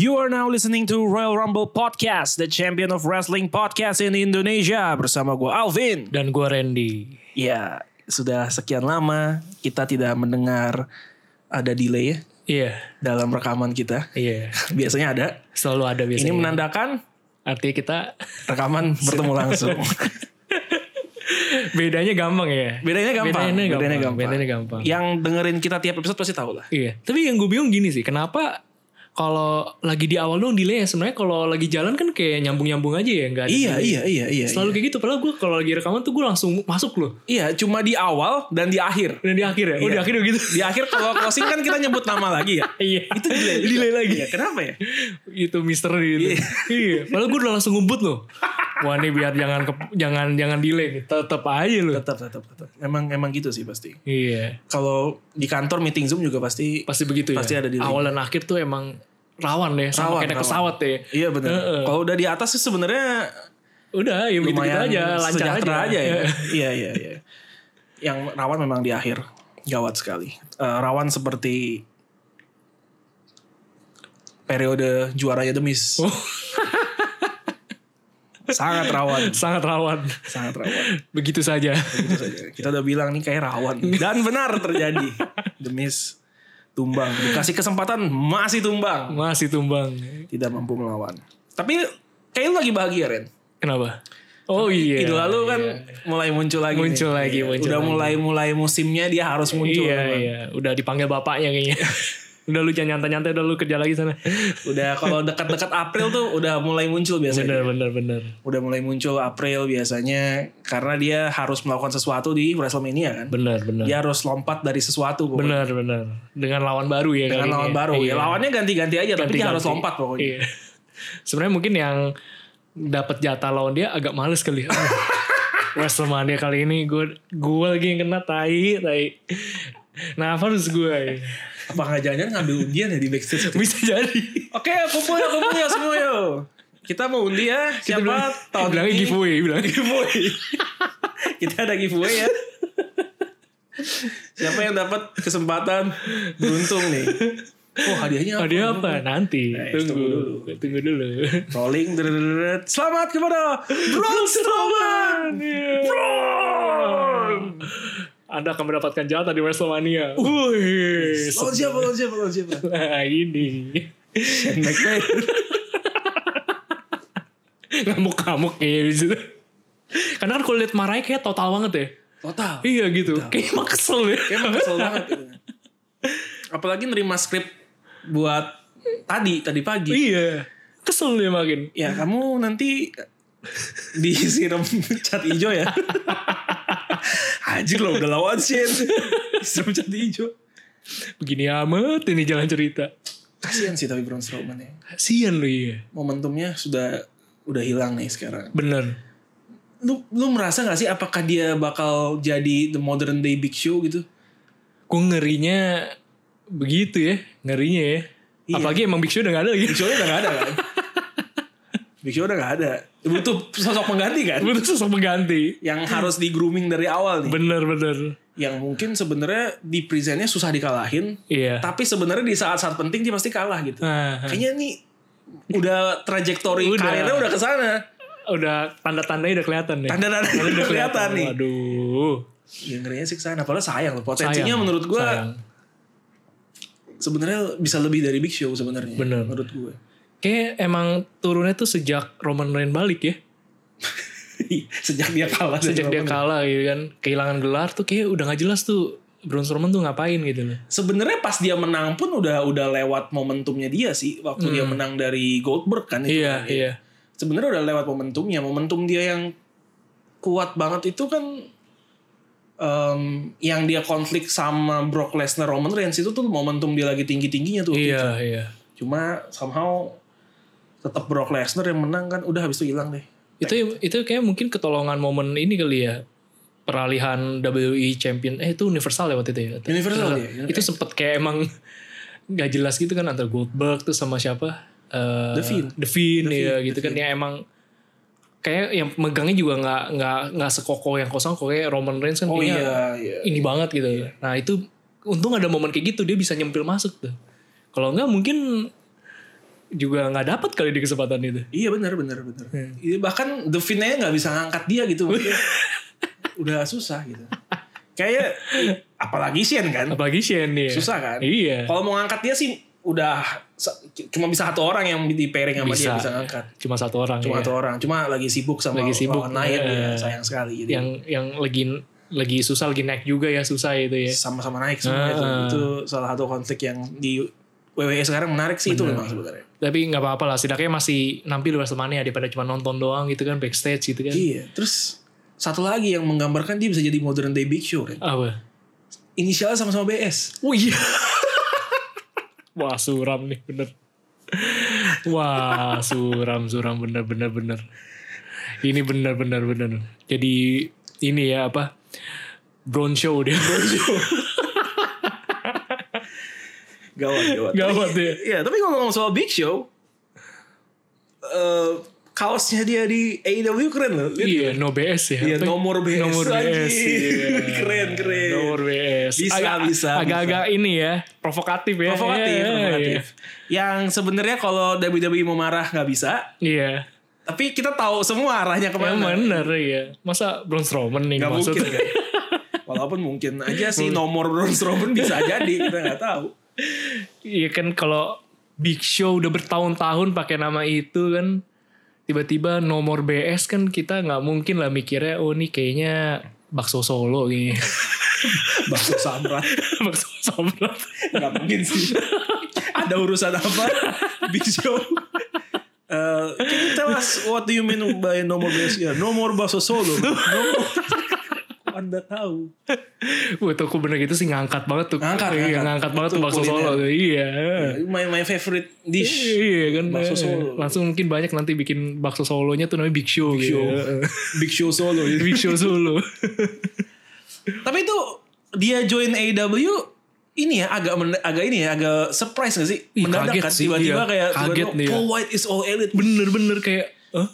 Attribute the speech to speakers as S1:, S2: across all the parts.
S1: You are now listening to Royal Rumble Podcast, the champion of wrestling podcast in Indonesia. Bersama gue Alvin.
S2: dan gue Randy.
S1: Ya, sudah sekian lama kita tidak mendengar ada delay ya
S2: Iya,
S1: dalam rekaman kita.
S2: iya.
S1: Biasanya ada.
S2: Selalu ada biasanya.
S1: Ini menandakan
S2: Artinya kita
S1: rekaman bertemu langsung.
S2: bedanya gampang ya.
S1: Bedanya gampang.
S2: Bedanya gampang. bedanya gampang.
S1: Yang dengerin kita tiap episode pasti tahu lah.
S2: Iya. Tapi yang gue bingung gini sih, kenapa kalau lagi di awal dong delay ya sebenarnya kalau lagi jalan kan kayak nyambung-nyambung aja ya nggak ada.
S1: Iya,
S2: delay.
S1: iya, iya, iya.
S2: Selalu kayak gitu. Padahal gue kalau lagi rekaman tuh gue langsung masuk loh.
S1: Iya, cuma di awal dan di akhir.
S2: Dan di akhir ya. Oh
S1: Iya.
S2: di akhir udah gitu.
S1: Di akhir kalau closing kan kita nyebut nama lagi ya.
S2: Iya.
S1: Itu delay.
S2: Delay lagi.
S1: Iya, kenapa ya?
S2: itu misteri itu. iya. Padahal gue udah langsung ngebut loh. Wah nih biar jangan ke- jangan jangan delay nih. Tetep aja loh.
S1: Tetap, tetap, tetap. Emang emang gitu sih pasti.
S2: Iya.
S1: Kalau di kantor meeting Zoom juga pasti
S2: pasti begitu
S1: Pasti
S2: ya.
S1: ada delay.
S2: Awal dan akhir tuh emang rawan deh, sama
S1: Rawan,
S2: kayak naik
S1: rawan.
S2: pesawat deh.
S1: Iya benar. Kalau udah di atas sih sebenarnya
S2: Udah, ya begitu
S1: lumayan
S2: aja, lancar
S1: sejahtera
S2: aja.
S1: aja, ya. Iya iya iya. Yang rawan memang di akhir gawat sekali. Eh, rawan seperti periode juaranya demis.
S2: Oh.
S1: sangat rawan,
S2: Sangat rawan.
S1: sangat rawan.
S2: Begitu saja.
S1: Itu saja. Kita udah bilang nih kayak rawan dan benar terjadi. Demis tumbang, dikasih kesempatan masih tumbang,
S2: Masih tumbang.
S1: tidak mampu melawan. Tapi kayak lu lagi bahagia Ren.
S2: Kenapa? Oh iya.
S1: Idul lalu kan mulai muncul lagi.
S2: Muncul
S1: nih.
S2: lagi,
S1: Iya,
S2: muncul
S1: Udah
S2: lagi.
S1: mulai-mulai musimnya dia harus muncul.
S2: Iya,
S1: memang.
S2: iya. Udah dipanggil bapaknya kayaknya. udah lu jangan nyantai-nyantai, udah lu kerja lagi sana.
S1: Udah kalau dekat-dekat April tuh udah mulai muncul biasanya.
S2: bener, bener, bener.
S1: Udah mulai muncul April biasanya karena dia harus melakukan sesuatu di WrestleMania kan.
S2: Bener, bener.
S1: Dia harus lompat dari sesuatu pokoknya.
S2: Bener, bener. Dengan lawan baru ya
S1: Dengan
S2: kali ini
S1: lawan
S2: ya.
S1: baru.
S2: Iya.
S1: Ya lawannya ganti-ganti aja tapi dia
S2: Ganti-ganti.
S1: harus lompat pokoknya.
S2: Iya. Sebenarnya mungkin yang dapat jatah lawan dia agak males kali. Ah, WrestleMania kali ini gue gue lagi yang kena tai tai. Nah, Nafas gue.
S1: Apa nggak jangan-jangan ngambil undian ya di backstage? Oke,
S2: Bisa jadi.
S1: kumpul ya, kumpul ya semua yuk. Kita mau undi ya. Siapa tahun
S2: bilangnya
S1: ini?
S2: giveaway, bilang
S1: giveaway. Kita ada giveaway ya. Siapa yang dapat kesempatan beruntung nih? Oh hadiahnya apa?
S2: Hadiah apa? Nanti.
S1: Eh,
S2: tunggu.
S1: tunggu
S2: Tunggu Nah, dulu.
S1: Rolling. drrrrrrrr. Selamat kepada Braun Strowman. Braun.
S2: Anda akan mendapatkan jatah di WrestleMania. Wih.
S1: Lawan siapa? Lawan siapa? Lawan siapa?
S2: Nah, ini.
S1: Shane McMahon.
S2: Ngamuk-ngamuk kayaknya di situ. Karena kan kalau lihat marahnya kayak total banget ya.
S1: Total.
S2: Iya gitu. Kayak emang kesel ya.
S1: Kayak emang kesel banget. gitu. Apalagi nerima skrip buat tadi tadi pagi.
S2: Iya. Kesel dia makin.
S1: Ya kamu nanti eh, disiram cat hijau ya. Anjir loh udah lawan Shin. Disiram cat hijau.
S2: Begini amat ini jalan cerita.
S1: Kasihan sih tapi Braun Strowman ya.
S2: Kasian lu iya.
S1: Momentumnya sudah udah hilang nih sekarang.
S2: Bener.
S1: Lu, lu merasa gak sih apakah dia bakal jadi the modern day big show gitu?
S2: Gue ngerinya begitu ya. Ngerinya ya.
S1: Iya.
S2: Apalagi emang Big Show udah gak ada lagi.
S1: Big show udah gak ada kan? big show udah gak ada. Butuh sosok pengganti kan?
S2: Butuh sosok pengganti.
S1: Yang harus di grooming dari awal nih.
S2: Bener-bener.
S1: Yang mungkin sebenarnya di presentnya susah dikalahin.
S2: Iya.
S1: Tapi sebenarnya di saat-saat penting dia pasti kalah gitu.
S2: Nah,
S1: kayaknya nih udah trajektori
S2: Udah.
S1: karirnya udah ke sana.
S2: udah tanda-tandanya udah kelihatan ya.
S1: Tanda-tanda udah kelihatan nih.
S2: Waduh.
S1: Ya ngerinya sih ke sana. Padahal sayang loh potensinya
S2: Sayang.
S1: menurut gue
S2: Sayang.
S1: sebenarnya bisa lebih dari Big Show sebenarnya.
S2: Bener.
S1: Menurut gue.
S2: Kayak emang turunnya tuh sejak Roman Reigns balik ya.
S1: Sejak dia kalah. dari
S2: Sejak dia
S1: Roman.
S2: kalah gitu kan. Kehilangan gelar tuh kayak udah gak jelas tuh. Braun Strowman tuh ngapain gitu
S1: Nah,
S2: loh.
S1: Sebenarnya pas dia menang pun udah udah lewat momentumnya dia sih waktu dia menang dari Goldberg kan itu.
S2: Hmm. Iya,
S1: kan.
S2: iya.
S1: Sebenarnya udah lewat momentumnya. Momentum dia yang kuat banget itu kan em, yang dia konflik sama Brock Lesnar Roman Reigns itu tuh momentum dia lagi tinggi-tingginya tuh. gitu.
S2: Iya, iya.
S1: Cuma somehow tetap Brock Lesnar yang menang kan udah habis itu hilang deh.
S2: Itu itu
S1: gitu.
S2: kayak mungkin ketolongan momen ini kali ya. Peralihan WWE Champion. Eh itu Universal ya waktu itu ya.
S1: Universal iya. dia.
S2: Itu sempet kayak emang nggak jelas gitu kan antara Goldberg tuh sama siapa? Eh,
S1: The Fiend.
S2: The Fiend, ya gitu kan ya emang kayak yang megangnya juga nggak nggak nggak sekokoh yang kosong kok kayak Roman Reigns kan
S1: Oh
S2: punya
S1: iya iya.
S2: ini banget gitu. Nah itu untung ada momen kayak gitu dia bisa nyempil masuk tuh. Kalau nggak mungkin juga nggak dapat kali di kesempatan itu.
S1: Iya benar benar benar. Iya, bahkan The Finn-nya nggak bisa ngangkat dia gitu. Maksudnya, udah susah gitu. Kayak apalagi Shen kan.
S2: Apalagi Shen ya.
S1: Susah kan?
S2: Iya.
S1: Kalau mau ngangkat dia sih udah sa- cuma bisa satu orang yang di pairing sama dia
S2: Bisa.
S1: bisa ngangkat.
S2: Cuma satu orang.
S1: Cuma
S2: ya.
S1: satu orang. Cuma lagi sibuk sama
S2: Lagi sibuk,
S1: lawan Nayan
S2: iya.
S1: ya, sayang sekali. Jadi
S2: Yang yang lagi lagi susah lagi naik juga ya susah itu ya.
S1: sama-sama naik semuanya itu.
S2: Ah.
S1: Itu salah satu konflik yang di WWE sekarang menarik sih itu memang sebenarnya.
S2: Tapi nggak apa-apa lah. Setidaknya masih nampil di Wrestlemania daripada cuma nonton doang gitu kan backstage gitu kan.
S1: Iya. Terus satu lagi yang menggambarkan dia bisa jadi modern day big show. Ren.
S2: Apa?
S1: Inisialnya sama-sama BS.
S2: Oh iya. Wah suram nih bener. Wah suram suram bener bener bener. Ini bener bener bener. Jadi ini ya apa? Brown show dia.
S1: Gawat, gawat.
S2: Gawat ya.
S1: Iya, tapi ngomong soal Big Show, eh kaosnya dia di AEW keren loh. Lihat.
S2: Iya, no BS ya.
S1: Iya,
S2: Apa-
S1: nomor BS,
S2: Nomor BS.
S1: anjing.
S2: iya.
S1: Keren, keren.
S2: Nomor BS.
S1: Bisa, bisa,
S2: Agak-agak ini ya, provokatif ya.
S1: Provokatif,
S2: Iya,
S1: provokatif. Yang sebenarnya kalau WWE mau marah nggak bisa,
S2: Iya.
S1: tapi kita tahu semua arahnya
S2: Yang
S1: kemana.
S2: bener ya. Masa Braun Strowman nih
S1: Nggak mungkin
S2: maksudnya.
S1: kan. Walaupun mungkin aja sih nomor Braun Strowman bisa jadi, kita nggak tahu.
S2: Iya kan kalau Big Show udah bertahun-tahun pakai nama itu kan tiba-tiba nomor BS kan kita nggak mungkin lah mikirnya oh nih kayaknya bakso Solo kayaknya
S1: Bakso Samrat,
S2: bakso Sobrat
S1: nggak mungkin sih. Ada urusan apa? Big Show. Eh, can you tell us what do you mean by no more BS? Ya, no more bakso solo. No more. Anda tahu.
S2: Wah tuh aku bener gitu sih ngangkat banget tuh
S1: Ngangkat,
S2: Iya,
S1: ngangkat.
S2: ngangkat banget tuh
S1: Itu
S2: bakso
S1: kuliner.
S2: Solo tuh. Iya
S1: My my favorite dish.
S2: Iya kan
S1: Bakso Solo.
S2: Langsung mungkin banyak nanti bikin bakso Solonya tuh namanya Big Show
S1: Big
S2: gitu.
S1: Show. Big Show solo. ya.
S2: Big Show Solo
S1: Tapi itu dia join AEW ini ya agak men- agak ini ya agak surprise gak sih?
S2: Ih,
S1: Mendadak
S2: kaget
S1: kan
S2: sih,
S1: tiba-tiba
S2: iya.
S1: kayak
S2: Kaget
S1: tiba-tiba,
S2: nih ya.
S1: Paul White is all elite.
S2: Bener-bener kayak "Hah?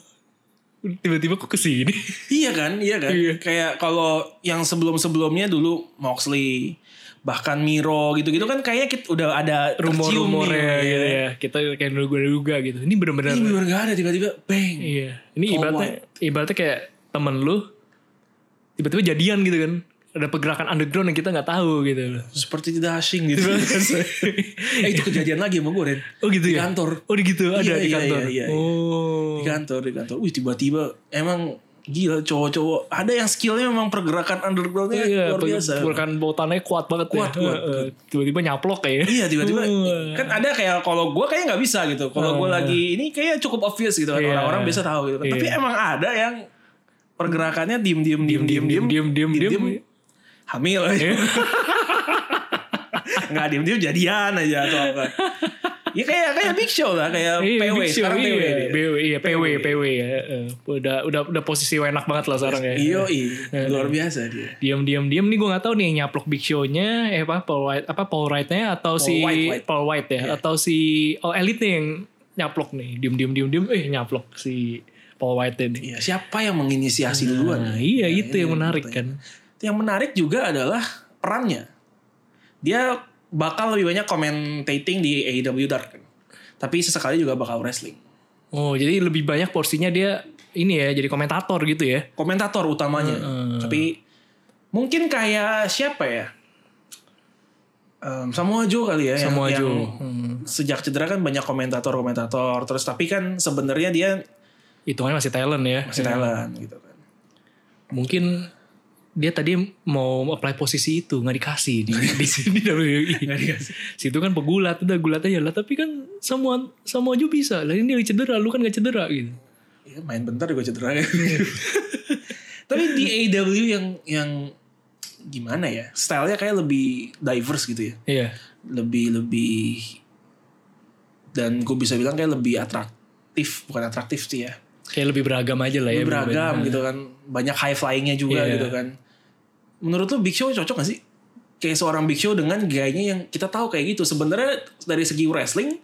S2: Tiba-tiba kok kesini
S1: Iya kan, iya kan.
S2: Iya.
S1: Kayak kalau yang sebelum-sebelumnya dulu Moxley, bahkan Miro gitu-gitu kan kayaknya kita udah ada tercium iya. nih.
S2: rumor-rumornya gitu ya. Kita kayak duga-duga gitu. Ini benar-benar
S1: Ini bener gak Iya, ada tiba-tiba bang.
S2: iya. Ini
S1: Oh,
S2: ibaratnya ibaratnya kayak temen lu tiba-tiba jadian gitu kan. Ada pergerakan underground yang kita nggak tahu gitu.
S1: Seperti tidak asing gitu. eh itu kejadian lagi sama gue Ren.
S2: Oh
S1: Di
S2: gitu ya.
S1: kantor.
S2: Oh di gitu ada
S1: Iya,
S2: di
S1: iya,
S2: kantor.
S1: iya, iya, iya. Di
S2: Oh.
S1: kantor, di kantor. Wih tiba-tiba emang gila cowok-cowok. Ada yang skillnya memang pergerakan undergroundnya
S2: Iya,
S1: luar biasa.
S2: pergerakan botannya kuat banget
S1: Kuat,
S2: ya.
S1: kuat,
S2: Eh, eh, Tiba-tiba nyaplok ya. Oh. kayak.
S1: Iya tiba-tiba
S2: Wah. Ah.
S1: kan ada kayak kalau gue kayaknya nggak bisa gitu. Kalau gue lagi ini kayaknya cukup obvious gitu kan
S2: Iya.
S1: orang-orang biasa tahu gitu. kan. Tapi
S2: Iya.
S1: emang ada yang pergerakannya diem diem diem diem
S2: Diem, diem, diem, diem, diem. Iya.
S1: hamil nggak diem diem jadian aja atau apa. Ya kayak kayak big show lah kayak
S2: Iya,
S1: PW
S2: Big Show,
S1: sekarang PW.
S2: iya,
S1: dia.
S2: PW, iya, PW, PW ya. eh, eh. Udah, udah, udah posisi enak banget lah sekarang ya.
S1: Iyo iya luar biasa dia.
S2: diam diam diam nih gue nggak tahu nih yang nyaplok Big Show-nya eh apa Paul White apa Paul White-nya atau si
S1: White, White.
S2: Paul White ya atau si oh Elite nih yang nyaplok nih diam diam diam diam eh nyaplok si Paul White ini
S1: Iya siapa yang menginisiasi duluan?
S2: nah, iya itu yang menarik kan
S1: Yang menarik juga adalah perannya. Dia bakal lebih banyak commentating di AEW Dark. kan. Tapi sesekali juga bakal wrestling.
S2: oh jadi lebih banyak porsinya dia ini ya jadi komentator gitu ya
S1: Komentator utamanya. Tapi mungkin kayak siapa ya? Em, Samoa Joe kali ya. yang-
S2: Samoa
S1: yang
S2: Joe.
S1: Sejak cedera kan banyak komentator-komentator. Terus tapi kan sebenarnya dia
S2: hitungannya masih talent ya
S1: masih Thailand gitu kan.
S2: mungkin dia tadi mau apply posisi itu nggak dikasih di di sini
S1: Nggak dikasih.
S2: situ kan pegulat udah gulat aja lah tapi kan semua semua aja bisa lah ini lagi cedera lu kan gak cedera gitu
S1: ya main bentar juga cedera kan. Tapi di AEW yang yang gimana ya? Stylenya kayak lebih diverse gitu ya.
S2: iya
S1: Lebih lebih dan gue bisa bilang kayak lebih atraktif, bukan atraktif sih ya.
S2: kayak lebih beragam aja lah ya
S1: Lebih beragam gitu kan. Banyak high flyingnya juga
S2: Iya.
S1: gitu kan. Menurut lu Big Show cocok gak sih? Kayak seorang Big Show dengan gayanya yang kita tahu kayak gitu. Sebenarnya dari segi wrestling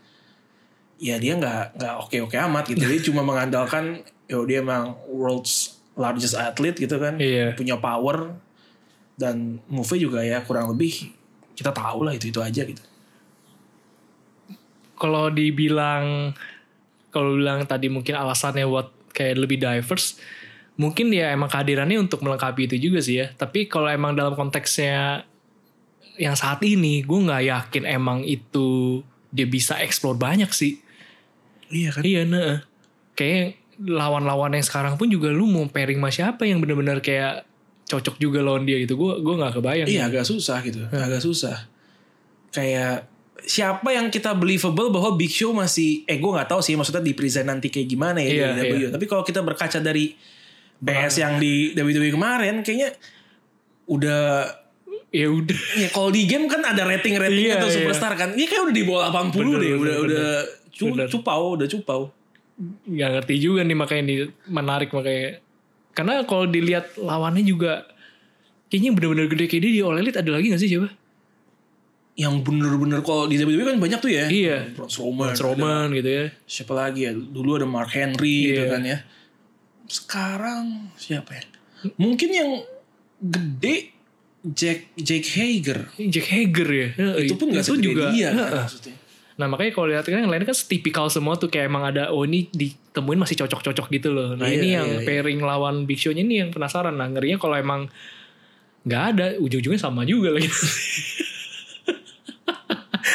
S1: ya dia nggak nggak oke oke amat gitu dia cuma mengandalkan yo dia emang world's largest athlete gitu kan
S2: Iya.
S1: punya power dan move juga ya kurang lebih kita tahu lah itu itu aja gitu
S2: kalau dibilang kalau bilang tadi mungkin alasannya buat kayak lebih diverse mungkin ya emang kehadirannya untuk melengkapi itu juga sih ya tapi kalau emang dalam konteksnya yang saat ini gue nggak yakin emang itu dia bisa explore banyak sih
S1: Iya kan?
S2: iya nah kayak lawan-lawan yang sekarang pun juga lu mau pairing sama siapa yang bener-bener kayak cocok juga lawan dia gitu gue gue nggak kebayang
S1: Iya agak susah gitu, agak susah. Kayak siapa yang kita believable bahwa Big Show masih, eh gue nggak tahu sih maksudnya di present nanti kayak gimana ya
S2: Iya,
S1: di WWE. Tapi kalau kita berkaca dari BS yang di WWE kemarin, kayaknya udah
S2: ya udah
S1: ya kalau di game kan ada rating rating
S2: Iya,
S1: atau
S2: iya.
S1: superstar kan, ini kayak udah di bawah 80
S2: Bener,
S1: deh,
S2: bener,
S1: udah
S2: bener.
S1: udah cu-
S2: Bener.
S1: cupau, udah cupau.
S2: nggak ngerti juga nih makanya ini menarik makanya karena kalau dilihat lawannya juga kayaknya bener-bener gede kayak dia di All Elite ada lagi gak sih siapa?
S1: Yang bener-bener kalau di WWE kan banyak tuh ya.
S2: Iya.
S1: Braun Strowman,
S2: Strowman gitu ya.
S1: siapa lagi ya dulu ada Mark Henry gitu
S2: Iya.
S1: kan ya sekarang siapa ya mungkin yang gede Jack Jack Hager
S2: Jack Hager ya.
S1: itu pun nggak segede
S2: juga.
S1: dia kan,
S2: Heeh.
S1: maksudnya
S2: Nah makanya kalau lihat kan yang lain kan tipikal semua tuh kayak emang ada oh ini ditemuin masih cocok-cocok gitu loh. Nah
S1: Iya,
S2: ini yang
S1: iya, iya.
S2: pairing lawan Big Show-nya ini yang penasaran. Nah ngerinya kalau emang nggak ada ujung-ujungnya sama juga lagi.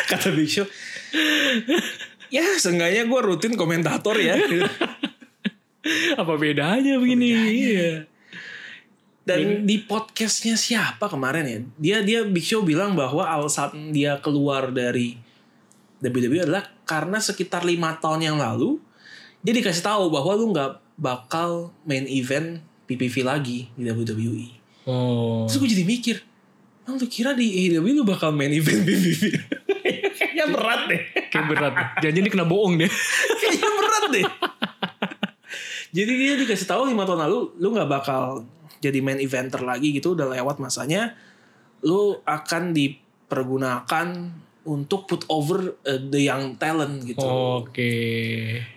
S1: kata Big Show ya seenggaknya gue rutin komentator ya
S2: Apa bedanya begini? Iya.
S1: dan di podcastnya siapa kemarin ya dia dia Big Show bilang bahwa alasan dia keluar dari WWE adalah karena sekitar lima tahun yang lalu dia dikasih tahu bahwa lu nggak bakal main event PPV lagi di WWE
S2: Oh.
S1: terus gue jadi mikir Emang lu kira di AEW lu bakal main event PPV kayaknya Ya, berat deh
S2: Kayak berat. Janjinya kena bohong deh.
S1: kayaknya berat deh jadi dia dikasih tahu lima tahun lalu lu nggak bakal jadi main eventer lagi gitu udah lewat masanya lu akan dipergunakan untuk put over uh, the young talent gitu
S2: Oke.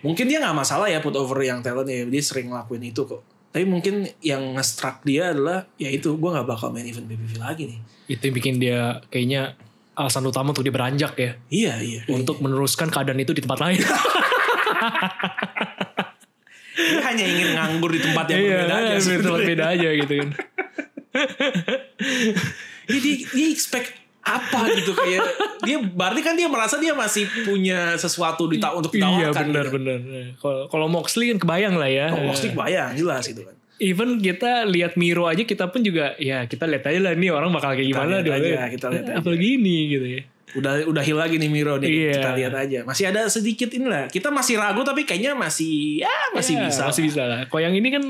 S1: mungkin dia nggak masalah ya put over young talent ya dia sering ngelakuin itu kok tapi mungkin yang nge-struck dia adalah ya itu gue nggak bakal main event BBV lagi nih
S2: Itu yang bikin dia kayaknya alasan utama untuk dia beranjak ya.
S1: iya iya
S2: Untuk meneruskan keadaan itu di tempat lain.
S1: dia hanya ingin nganggur di tempat yang berbeda aja
S2: di tempat
S1: sebenarnya.
S2: Iya, beda aja gitu kan.
S1: Jadi Iya, dia, dia expect apa gitu kayak dia berarti kan dia merasa dia masih punya sesuatu di untuk ditawarkan.
S2: Iya benar
S1: Gitu.
S2: benar. Kalau- Kalau Moxley kan kebayang lah ya.
S1: Kalau Moxley bayang jelas gitu kan.
S2: Even kita lihat Miro aja kita pun juga ya kita lihat aja lah nih orang bakal kayak gimana
S1: lihat
S2: dulu.
S1: aja, kita lihat aja.
S2: Apalagi ini gitu ya.
S1: Udah udah hilang lagi nih Miro nih.
S2: Iya.
S1: Kita lihat aja. Masih ada sedikit inilah. Kita masih ragu tapi kayaknya masih ya masih
S2: Ya,
S1: bisa.
S2: Masih bisa lah. Kalau yang ini kan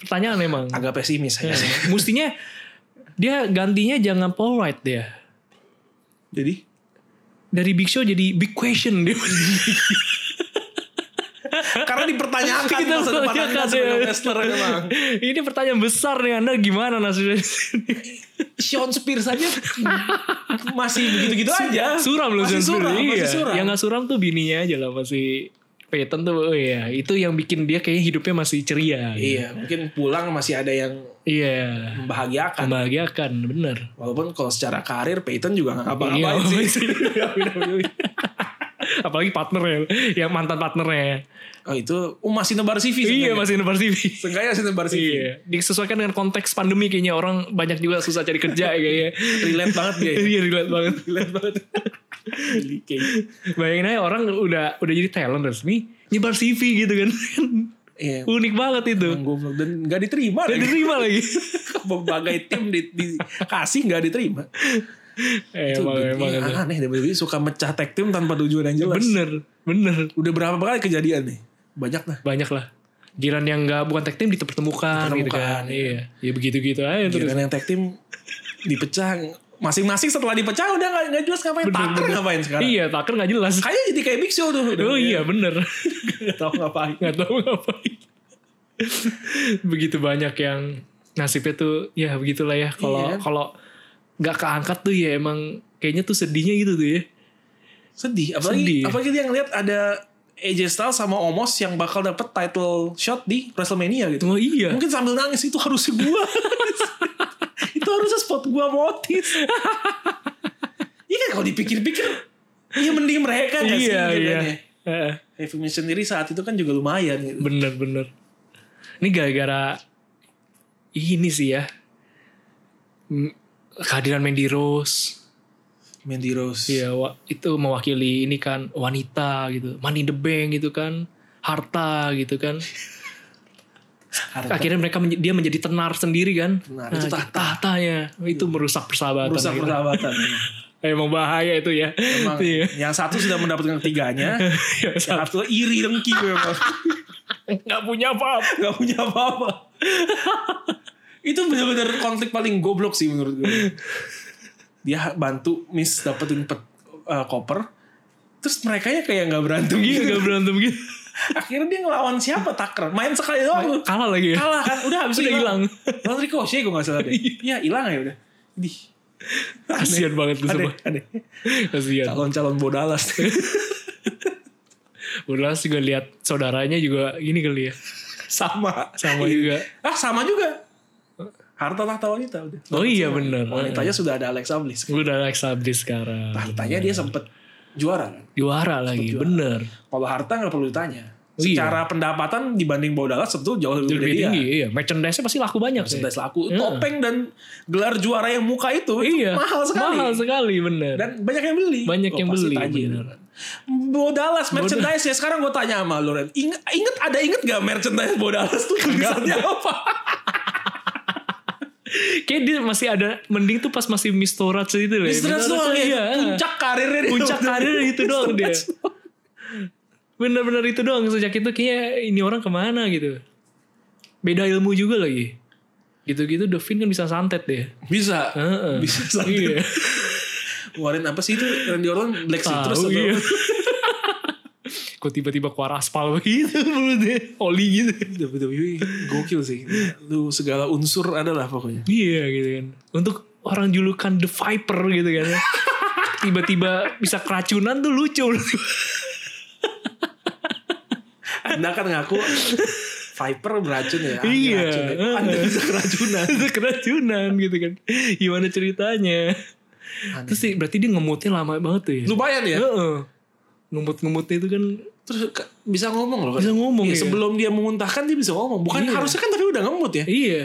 S2: pertanyaan emang.
S1: Agak pesimis saya.
S2: Iya.
S1: sih.
S2: Mustinya dia gantinya jangan Paul White dia.
S1: Jadi
S2: Dari Big Show jadi Big Question dia.
S1: karena dipertanyakan gitu,
S2: Kita
S1: masa depan Anda
S2: pertanyakan,
S1: kan sebagai
S2: ya.
S1: wrestler emang.
S2: ini pertanyaan besar nih Anda gimana nasibnya?
S1: Sean Spears aja masih begitu-gitu aja.
S2: Ya, suram loh
S1: masih
S2: John
S1: suram,
S2: Fury,
S1: masih
S2: iya.
S1: suram.
S2: Yang gak suram tuh bininya aja lah masih Peyton tuh oh iya itu yang bikin dia kayaknya hidupnya masih ceria. gitu.
S1: Iya, mungkin pulang masih ada yang
S2: Iya.
S1: membahagiakan.
S2: Membahagiakan bener.
S1: Walaupun kalau secara karir Peyton juga gak
S2: Iya,
S1: ngapa-ngapain sih.
S2: Apalagi partnernya, yang mantan partnernya.
S1: Oh itu, oh masih nebar CV
S2: Iya
S1: sebenarnya.
S2: masih nebar TV.
S1: Seenggaknya masih nebar CV.
S2: Iya, disesuaikan dengan konteks pandemi kayaknya orang banyak juga susah cari kerja kayaknya.
S1: Relate banget dia. ya.
S2: Iya relate banget.
S1: Relate banget. Gili, kayak gitu.
S2: Bayangin aja orang udah udah jadi talent resmi nyebar CV gitu kan.
S1: Iya.
S2: Unik banget itu.
S1: Yang goblok dan gak diterima
S2: Gak
S1: lagi.
S2: diterima lagi.
S1: Berbagai tim di- dikasih gak diterima. Itu
S2: Eh, emang emang
S1: ini
S2: itu.
S1: aneh deh. WWE suka mecah tag tim tanpa tujuan yang jelas.
S2: Bener, bener.
S1: Udah berapa kali kejadian nih? Banyak lah.
S2: Banyak lah. Giran yang nggak bukan tag team dipertemukan, gitu
S1: Dipertemukan, Iya, kan?
S2: kan. Iya. Ya begitu-gitu aja terus.
S1: Giliran yang tag tim dipecah. Masing-masing setelah dipecah udah gak, nggak jelas ngapain. Tucker ngapain sekarang. Kan gitu
S2: Iya, Tucker nggak jelas.
S1: Kayaknya jadi kayak Big Show tuh. Udah,
S2: Oh iya, bener.
S1: Gak tau ngapain.
S2: nggak tahu ngapain. Begitu banyak yang nasibnya tuh ya begitulah ya. Kalau
S1: Iya.
S2: kalau nggak keangkat tuh ya emang kayaknya tuh sedihnya gitu tuh ya.
S1: Sedih. Apalagi,
S2: Sedih.
S1: apalagi dia ngeliat ada AJ Styles sama Omos yang bakal dapet title shot di WrestleMania gitu.
S2: Oh iya.
S1: Mungkin sambil nangis itu harusnya gua. itu harusnya spot gua motis. Iya kan kalau dipikir-pikir Iya mending mereka gak sih gitu
S2: iya iya
S1: kan ya.
S2: Heeh,
S1: Heavy Metal sendiri saat itu kan juga lumayan gitu.
S2: bener bener ini gara-gara ini sih ya M- kehadiran Mandy Rose
S1: Mandy Rose.
S2: Iya, wa- itu mewakili ini kan wanita gitu, money in the bank gitu kan, harta gitu kan.
S1: Harta.
S2: Akhirnya mereka menj- dia menjadi tenar sendiri kan.
S1: Tenar, itu tahta.
S2: tahtanya itu merusak persahabatan.
S1: Merusak
S2: akhirnya.
S1: persahabatan.
S2: Emang bahaya itu ya.
S1: Emang
S2: Iya.
S1: yang satu sudah mendapatkan ketiganya. yang
S2: Iya,
S1: satu iri dengki memang.
S2: nggak punya apa-apa.
S1: Gak punya apa-apa. itu benar-benar konflik paling goblok sih menurut gue. Dia bantu Miss dapetin pet, eh, koper. Terus mereka ya kayak nggak berantem
S2: Iya,
S1: gitu.
S2: nggak berantem gitu.
S1: Akhirnya dia ngelawan siapa Tucker. Main sekali doang.
S2: Kalah lagi ya.
S1: Kalah kan. Udah habis itu
S2: Udah hilang.
S1: Lawan Ricochet gue gak salah deh. Iya hilang ya udah. Di.
S2: Kasian banget tuh
S1: Aneh,
S2: semua.
S1: aneh.
S2: Kasian.
S1: Calon-calon bodalas.
S2: Udah juga lihat saudaranya juga ini kali ya.
S1: sama.
S2: Sama juga.
S1: Ah sama juga. Harta tahta wanita udah.
S2: Oh iya bener.
S1: Wanitanya sudah ada Alexa Bliss.
S2: Udah Alexa Bliss sekarang.
S1: Hartanya dia
S2: Iya.
S1: sempet juara kan.
S2: Juara lagi, bener.
S1: Kalau harta nggak perlu ditanya.
S2: Oh, iya.
S1: Secara pendapatan dibanding Bo Dallas tentu jauh lebih,
S2: Lebih,
S1: gede
S2: tinggi,
S1: dia.
S2: iya. Merchandise-nya pasti laku banyak. sih.
S1: Merchandise laku, topeng dan gelar juara yang muka itu, itu
S2: Iya.
S1: mahal sekali.
S2: Mahal sekali, bener.
S1: Dan banyak yang beli.
S2: Banyak yang
S1: pasti
S2: beli,
S1: tajir.
S2: bener.
S1: Bo Dallas merchandise ya sekarang gue tanya sama lo Ren. Ingat, inget ada inget gak merchandise Bo Dallas tuh tulisannya apa?
S2: Kayak dia masih ada, mending tuh pas masih Mistorats itu loh. ya.
S1: Merchandise doang
S2: Miss Torrats,
S1: ya.
S2: Iya.
S1: Puncak karirnya dia.
S2: Puncak karir itu doang dia. Bener-bener itu doang. Sejak itu kayak ini orang kemana gitu. Beda ilmu juga lagi. Gitu-gitu Devin kan bisa santet deh.
S1: Bisa.
S2: Heeh.
S1: Bisa sampai
S2: Iya.
S1: Warren apa sih itu Randy Orton Black Citrus atau
S2: Tahu iya. Kok tiba-tiba keluar aspal begitu mulutnya. Oli gitu.
S1: WWE gokil sih. Lu segala unsur adalah pokoknya.
S2: Iya gitu kan. Untuk orang julukan The Viper gitu kan. tiba-tiba bisa keracunan tuh lucu.
S1: Nah, Anda kan ngaku Viper beracun ya. ahli
S2: Iya.
S1: racun ya. Anda bisa keracunan.
S2: Bisa keracunan gitu kan. Gimana ceritanya.
S1: Aneh.
S2: Terus sih, berarti dia ngemutnya lama banget tuh ya.
S1: Lumayan ya.
S2: Heeh. Ngemut-ngemutnya itu kan
S1: Terus ke- bisa ngomong loh. kan.
S2: Bisa ngomong,
S1: Iya,
S2: iya.
S1: Sebelum dia memuntahkan dia bisa ngomong. Bukan
S2: Iya.
S1: harusnya kan tapi udah ngemut ya.
S2: iya.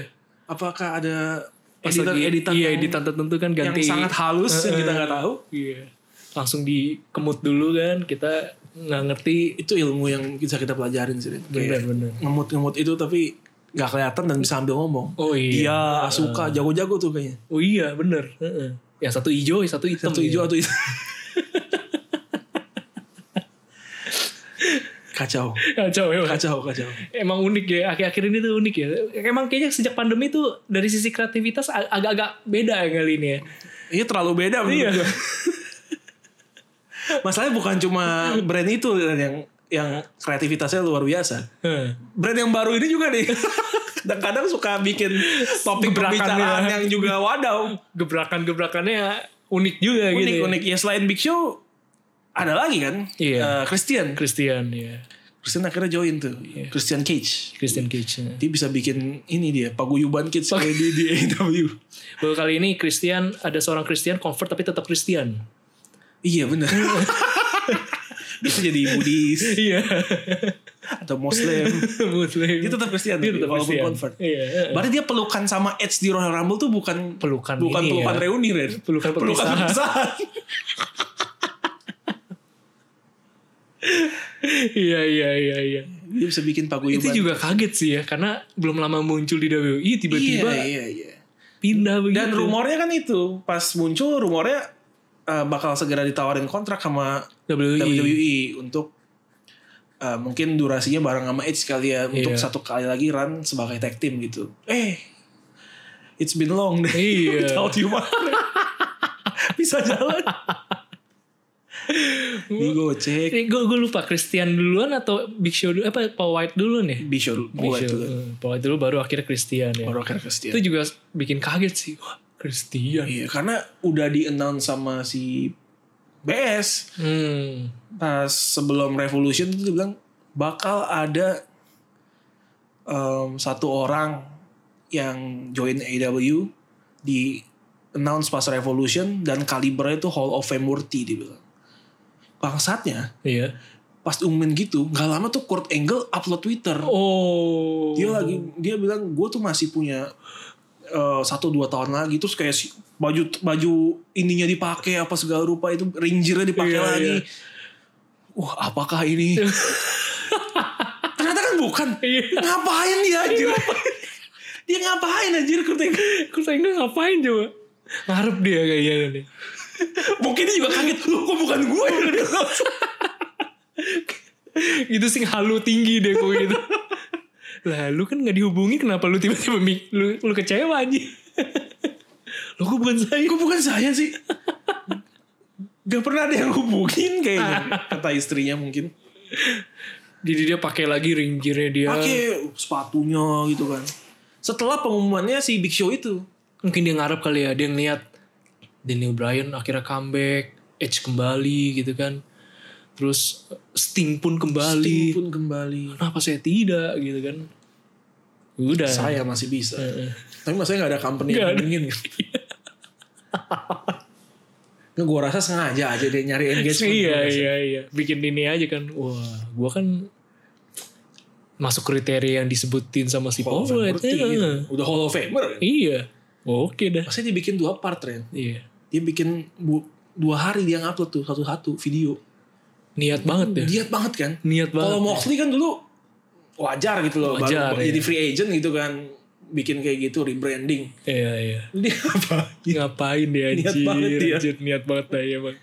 S1: Apakah ada
S2: Pas lagi-
S1: editan-editan
S2: iya, Eh,
S1: yang,
S2: editan tertentu kan
S1: yang
S2: ganti
S1: sangat halus yang kita nggak tahu?
S2: Iya. Langsung dikemut dulu kan kita nggak ngerti
S1: Itu ilmu yang bisa kita pelajarin sih. Rin. Kayak
S2: Bener-bener.
S1: Ngemut-ngemut itu tapi nggak kelihatan dan bisa ambil ngomong.
S2: Oh iya.
S1: Dia Asuka jago-jago tuh kayaknya.
S2: Oh iya bener. Heeh. Ya satu hijau, yang satu hitam.
S1: Satu
S2: ya.
S1: hijau atau itu. Kacau.
S2: Kacau ya.
S1: Kacau, kacau.
S2: Emang unik ya. Akhir-akhir ini tuh unik ya. Emang kayaknya sejak pandemi tuh dari sisi kreativitas ag- agak-agak beda ya kali ini ya.
S1: Ini terlalu beda
S2: Iya.
S1: menurut gue. Masalahnya bukan cuma brand itu Ren, yang yang kreativitasnya luar biasa.
S2: Heeh.
S1: Brand yang baru ini juga nih. Kadang-kadang suka bikin topik
S2: Gebrakan
S1: perbicaraan
S2: ya.
S1: yang juga wadau.
S2: Gebrakan-gebrakannya unik juga gitu. ya.
S1: Unik-unik. Ya selain Big Show, ada lagi kan?
S2: Iya.
S1: Eh, Christian.
S2: Christian ya.
S1: Christian akhirnya join tuh.
S2: Iya.
S1: Christian Cage.
S2: Christian Cage.
S1: Dia bisa bikin ini dia, paguyuban kids E kayak di, di AEW.
S2: Baru kali ini Christian ada seorang Christian convert tapi tetap Christian.
S1: Iya bener. bisa jadi Buddhis
S2: Iya.
S1: atau Muslim.
S2: Muslim.
S1: Dia tetap Kristen.
S2: Dia tetap
S1: walaupun
S2: Christian.
S1: convert.
S2: Iya.
S1: Berarti dia pelukan sama Edge di Royal Rumble tuh bukan
S2: Pelukan
S1: bukan
S2: ini
S1: pelukan
S2: ya.
S1: reuni Ren.
S2: Pelukan perpisahan.
S1: perpisahan.
S2: Iya iya iya iya.
S1: dia bisa bikin paguyuban.
S2: Itu juga kaget sih ya karena belum lama muncul di WWE tiba-tiba
S1: iya, iya, iya.
S2: pindah begitu.
S1: Dan rumornya kan itu pas muncul rumornya eh, bakal segera ditawarin kontrak sama
S2: WWE.
S1: WWE E untuk eh, mungkin durasinya bareng sama Edge kali ya untuk
S2: Iya.
S1: satu kali lagi run sebagai tag team gitu. Eh, it's been long deh.
S2: Iya.
S1: Without you Mark. Bisa jalan. Digocek.
S2: Eh, gue gue lupa Christian duluan atau Big Show dulu apa Paul White duluan ya?
S1: Bishop.
S2: Big
S1: Gue itu.
S2: Show. Eh, Paul White dulu baru akhirnya Christian ya.
S1: Rocker Christian.
S2: Itu juga bikin kaget sih. Wah, Christian.
S1: Iya, karena udah di-announce sama si BS.
S2: Hmm.
S1: pas sebelum Revolution itu dia bilang bakal ada em, satu orang yang join E AEW di announce pas Revolution dan kalibernya itu Hall of Fame worthy dia bilang. bangsatnya
S2: Iya.
S1: pas umumin gitu nggak lama tuh Kurt Angle upload Twitter
S2: Oh.
S1: dia lagi dia bilang gue tuh masih punya eh, satu dua tahun lagi terus kayak si- baju baju ininya dipakai apa segala rupa itu ringernya dipakai
S2: Iya,
S1: lagi
S2: iya.
S1: wah apakah ini ternyata kan bukan
S2: Iya.
S1: ngapain dia anjir dia ngapain anjir Kurt Angle?
S2: Kurt Angle ngapain coba? Ngarep dia kayaknya kan dia.
S1: mungkin dia juga kaget "Loh, kok bukan gue
S2: Itu sih halu tinggi deh kok gitu. lah lu kan gak dihubungi kenapa lu tiba-tiba mik- lu, lu kecewa aja. lu kok bukan saya.
S1: kok bukan saya sih Gak pernah ada yang hubungin kayaknya kata istrinya mungkin
S2: Jadi dia pakai lagi ring gearnya dia.
S1: pakai
S2: Kan.
S1: sepatunya gitu kan. Setelah pengumumannya si Big Show itu,
S2: Mungkin dia ngarep kali ya. Dia ngeliat Daniel Bryan akhirnya comeback. Edge kembali gitu kan. Terus Sting pun
S1: Sting
S2: kembali.
S1: pun kembali.
S2: Kenapa saya tidak gitu kan. Udah.
S1: Saya masih bisa. Tapi masanya nggak ada company
S2: Eh.
S1: yang
S2: Nggak ada.
S1: ngomongin. Nggak, gue rasa sengaja aja dia nyari engagement.
S2: iya
S1: Gua rasa.
S2: iya iya bikin ini aja kan wah gua kan masuk kriteria yang disebutin sama si
S1: Hall of Famer
S2: Powell
S1: tinggi.
S2: iya
S1: gitu. Udah Hall of Famer. kan?
S2: iya Oh, oke dah
S1: Maksudnya dia bikin dua part, Ren.
S2: iya
S1: Dia bikin bu- dua hari dia ngupload tuh satu-satu video.
S2: niat banget ya
S1: Diat banget kan?
S2: niat banget eh.
S1: Kalau Moxley kan dulu wajar gitu loh.
S2: Wajar,
S1: baru
S2: iya.
S1: jadi free agent gitu kan. Bikin kayak gitu, rebranding.
S2: iya iya
S1: Dia apa?
S2: ngapain dia anjir,
S1: Niat banget dia.
S2: anjir, niat banget dah ya bang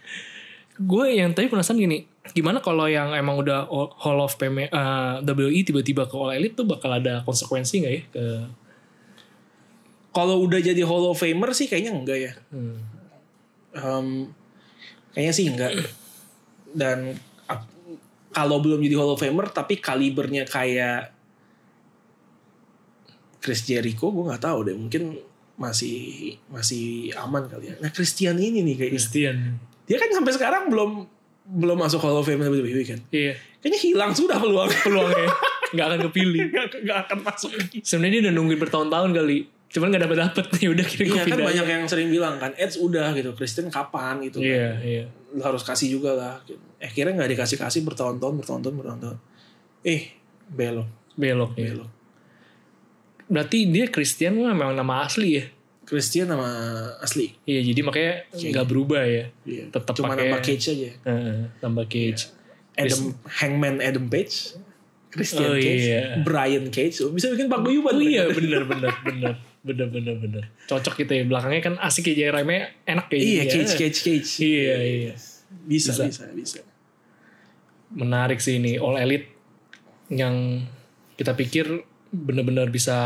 S2: gue yang tadi penasaran gini gimana kalau yang emang udah o- Hall of Fame eh, WI tiba-tiba ke All Elite tuh bakal ada konsekuensi nggak ya ke
S1: Iya. Kalau udah jadi Hall of Famer sih kayaknya enggak ya.
S2: hmm.
S1: Em, kayaknya sih enggak. Dan ap- kalau belum jadi Hall of Famer tapi kalibernya kayak Chris Jericho gue nggak tahu deh mungkin masih masih aman kali ya. Nah Christian ini nih kayaknya
S2: Christian
S1: dia kan sampai sekarang belum belum masuk Hall of Fame WWE kan.
S2: iya
S1: Kayaknya hilang sudah peluang
S2: peluangnya nggak akan kepilih
S1: nggak nggak akan masuk.
S2: sebenarnya dia udah nungguin bertahun-tahun kali cuman nggak dapat dapet ya udah kira gue
S1: Iya kan
S2: pindah
S1: banyak yang sering bilang kan Edge udah gitu Christian kapan gitu.
S2: iya iya
S1: lu harus kasih juga lah. Eh kira nggak dikasih kasih bertahun-tahun bertahun-tahun bertahun-tahun. Eh belok
S2: belok ya
S1: belok.
S2: berarti dia Christian mah memang nama asli ya
S1: Christian sama asli.
S2: iya jadi makanya nggak berubah ya
S1: Iya.
S2: Tetep
S1: Cuma
S2: pakai-
S1: nama Cage Iya. aja.
S2: Heeh, tambah Cage
S1: Adam Hangman Adam Page. Christian
S2: Oh,
S1: Cage,
S2: iya.
S1: Brian Cage, Oh, bisa bikin Pak Guyuban.
S2: oh iya bener bener bener bener bener bener cocok gitu ya belakangnya kan asik ya rame enak kayak
S1: Iya,
S2: gitu ya.
S1: Cage, Cage, Cage.
S2: iya iya
S1: Bisa,
S2: Bisa.
S1: bisa, bisa.
S2: menarik sih ini All Elite yang kita pikir benar-benar bisa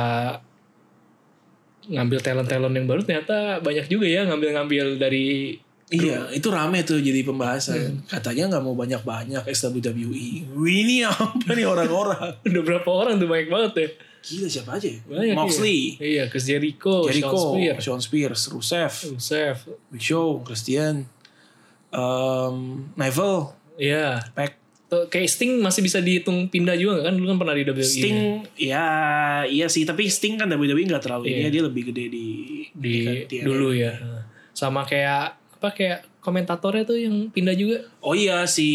S2: ngambil talent-talent yang baru ternyata banyak juga ya ngambil-ngambil dari
S1: Iya, itu rame tuh jadi
S2: Hmm.
S1: pembahasan. Katanya nggak mau banyak-banyak SWWE. Wih, E. Ini apa nih orang-orang?
S2: udah berapa orang tuh banyak banget ya.
S1: Gila siapa aja? ya?
S2: Banyak,
S1: Moxley,
S2: Iya, Chris Jericho,
S1: Jericho,
S2: Sean Spears,
S1: Sean Spears, Rusev,
S2: Rusev.
S1: Big Show, Christian, um, Neville,
S2: Iya.
S1: Peck,
S2: Tuh, Kayak Sting masih bisa dihitung pindah juga nggak kan? Dulu kan pernah di WWE.
S1: Sting, ya iya sih, tapi Sting kan WWE nggak terlalu ini,
S2: Iya.
S1: dia lebih gede di
S2: di
S1: Iya, di- kan, E.
S2: dulu ya. Sama kayak apa kayak komentatornya tuh yang pindah juga.
S1: Oh iya si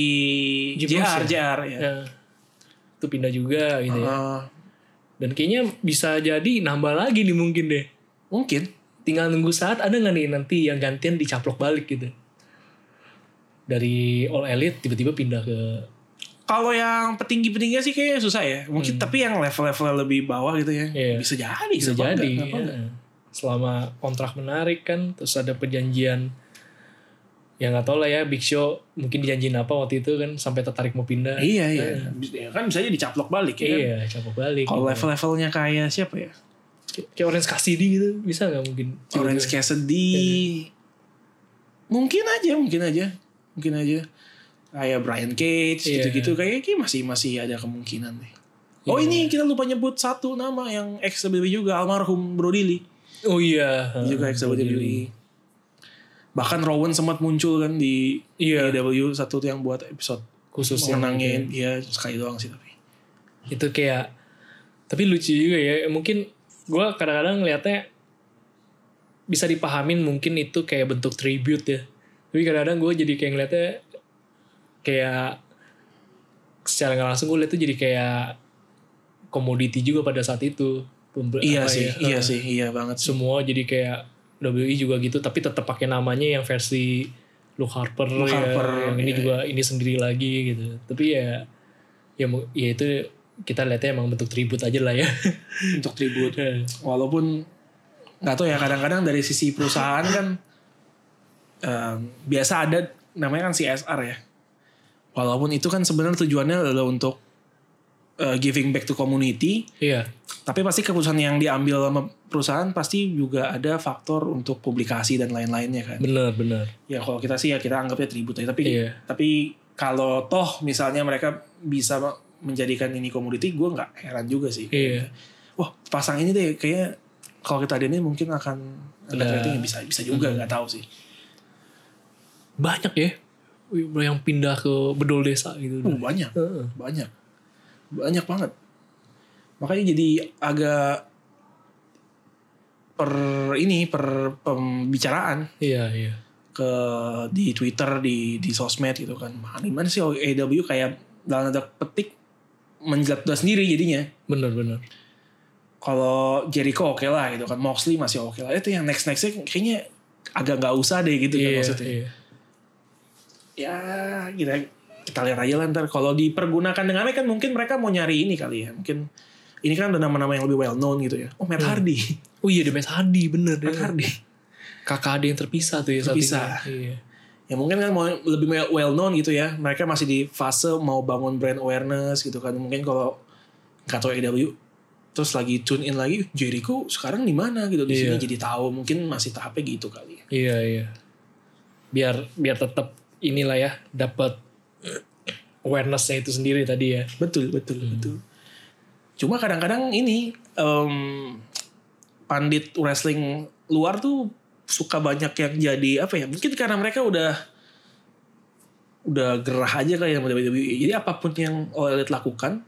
S2: Jim
S1: JR,
S2: Ross
S1: JR ya.
S2: Nah, itu pindah juga gitu ya.
S1: Uh,
S2: Dan kayaknya bisa jadi nambah lagi nih mungkin deh.
S1: mungkin
S2: Tinggal nunggu saat ada nggak nih nanti yang gantian dicaplok balik gitu. Dari All Elite tiba-tiba pindah ke
S1: kalau yang petinggi-petingginya sih kayaknya susah ya. Mungkin tapi yang level-level lebih bawah gitu ya
S2: Hmm. Iya.
S1: bisa jadi,
S2: bisa
S1: kenapa
S2: jadi.
S1: enggak, kenapa
S2: ya.
S1: enggak.
S2: Selama kontrak menarik kan, terus ada perjanjian ya nggak tau lah ya Big Show mungkin dijanjiin apa waktu itu kan sampai tertarik mau pindah.
S1: Iya iya, Bisa- ya kan bisa aja dicaplok balik ya. kan?
S2: Iya, caplok balik.
S1: Kalau level-levelnya kayak siapa ya?
S2: Kayak Orange Cassidy gitu, bisa nggak mungkin?
S1: Orange Cassidy mungkin aja mungkin aja mungkin aja kayak Brian Cage
S2: Iya.
S1: gitu-gitu kayaknya kayak masih masih ada kemungkinan nih oh
S2: iya.
S1: ini kita lupa nyebut satu nama yang ex WWE juga almarhum Brody Lee
S2: Oh iya.
S1: Dia juga ex WWE bahkan Rowan sempat muncul kan di
S2: Iya.
S1: AEW satu tuh yang buat episode
S2: Khusus yang
S1: menangin ya sekali doang sih tapi
S2: itu kayak tapi lucu juga ya mungkin gue kadang-kadang ngeliatnya bisa dipahamin mungkin itu kayak bentuk tribute ya tapi kadang-kadang gue jadi kayak ngeliatnya kayak secara nggak langsung gue liat tuh jadi kayak komoditi juga pada saat itu Pembe-
S1: Iya
S2: apa
S1: sih,
S2: ya,
S1: iya
S2: eh,
S1: sih, iya banget sih.
S2: semua jadi kayak WI juga gitu tapi tetap pakai namanya yang versi Luke Harper,
S1: Luke
S2: ya,
S1: Harper,
S2: yang ini
S1: iya.
S2: juga ini sendiri lagi gitu tapi ya ya, mu- ya itu kita lihatnya emang bentuk tribut aja lah ya
S1: Untuk tribut.
S2: Eh,
S1: walaupun nggak tahu ya kadang-kadang dari sisi perusahaan kan em, biasa ada namanya kan CSR ya walaupun itu kan sebenarnya tujuannya adalah untuk eh, giving back to community
S2: iya
S1: tapi pasti keputusan yang diambil sama perusahaan pasti juga ada faktor untuk publikasi dan lain-lainnya kan
S2: bener bener
S1: ya kalau kita sih ya kita anggapnya tribut aja tapi
S2: Iya.
S1: tapi kalau toh misalnya mereka bisa menjadikan ini komoditi gue nggak heran juga sih
S2: Iya.
S1: wah pasang ini deh kayaknya kalau kita ada ini mungkin akan ada
S2: Ada.
S1: rating yang bisa bisa juga
S2: Hmm.
S1: nggak tahu sih
S2: banyak ya yang pindah ke bedol desa gitu
S1: Uh, banyak
S2: Heeh.
S1: banyak banyak banget makanya jadi agak per ini per pembicaraan
S2: iya iya
S1: ke di Twitter di di sosmed gitu kan mana mana sih AW kayak dalam tanda petik menjilat udah sendiri jadinya
S2: bener bener
S1: kalau Jericho oke lah gitu kan Moxley masih oke lah itu yang next nextnya kayaknya agak nggak usah deh gitu kan
S2: iya,
S1: maksudnya
S2: iya.
S1: ya kita kita lihat aja lah ntar kalau dipergunakan dengan baik kan mungkin mereka mau nyari ini kali ya mungkin ini kan ada nama-nama yang lebih well known gitu ya oh Matt Hardy
S2: oh iya The Matt Hardy bener
S1: Matt
S2: iya.
S1: Hardy
S2: kakak ada yang terpisah tuh ya saat
S1: Terpisah.
S2: ini. iya.
S1: ya mungkin kan mau lebih well known gitu ya mereka masih di fase mau bangun brand awareness gitu kan mungkin kalau nggak tahu AW terus lagi tune in lagi Jericho sekarang di mana gitu di sini
S2: Iya.
S1: jadi tahu mungkin masih tahapnya gitu kali ya
S2: Iya iya. Biar biar tetap inilah ya dapat awarenessnya itu sendiri tadi ya.
S1: betul betul betul cuma kadang-kadang ini em, pandit wrestling luar tuh suka banyak yang jadi apa ya mungkin karena mereka udah udah gerah aja kayak sama WWE jadi apapun yang All Elite lakukan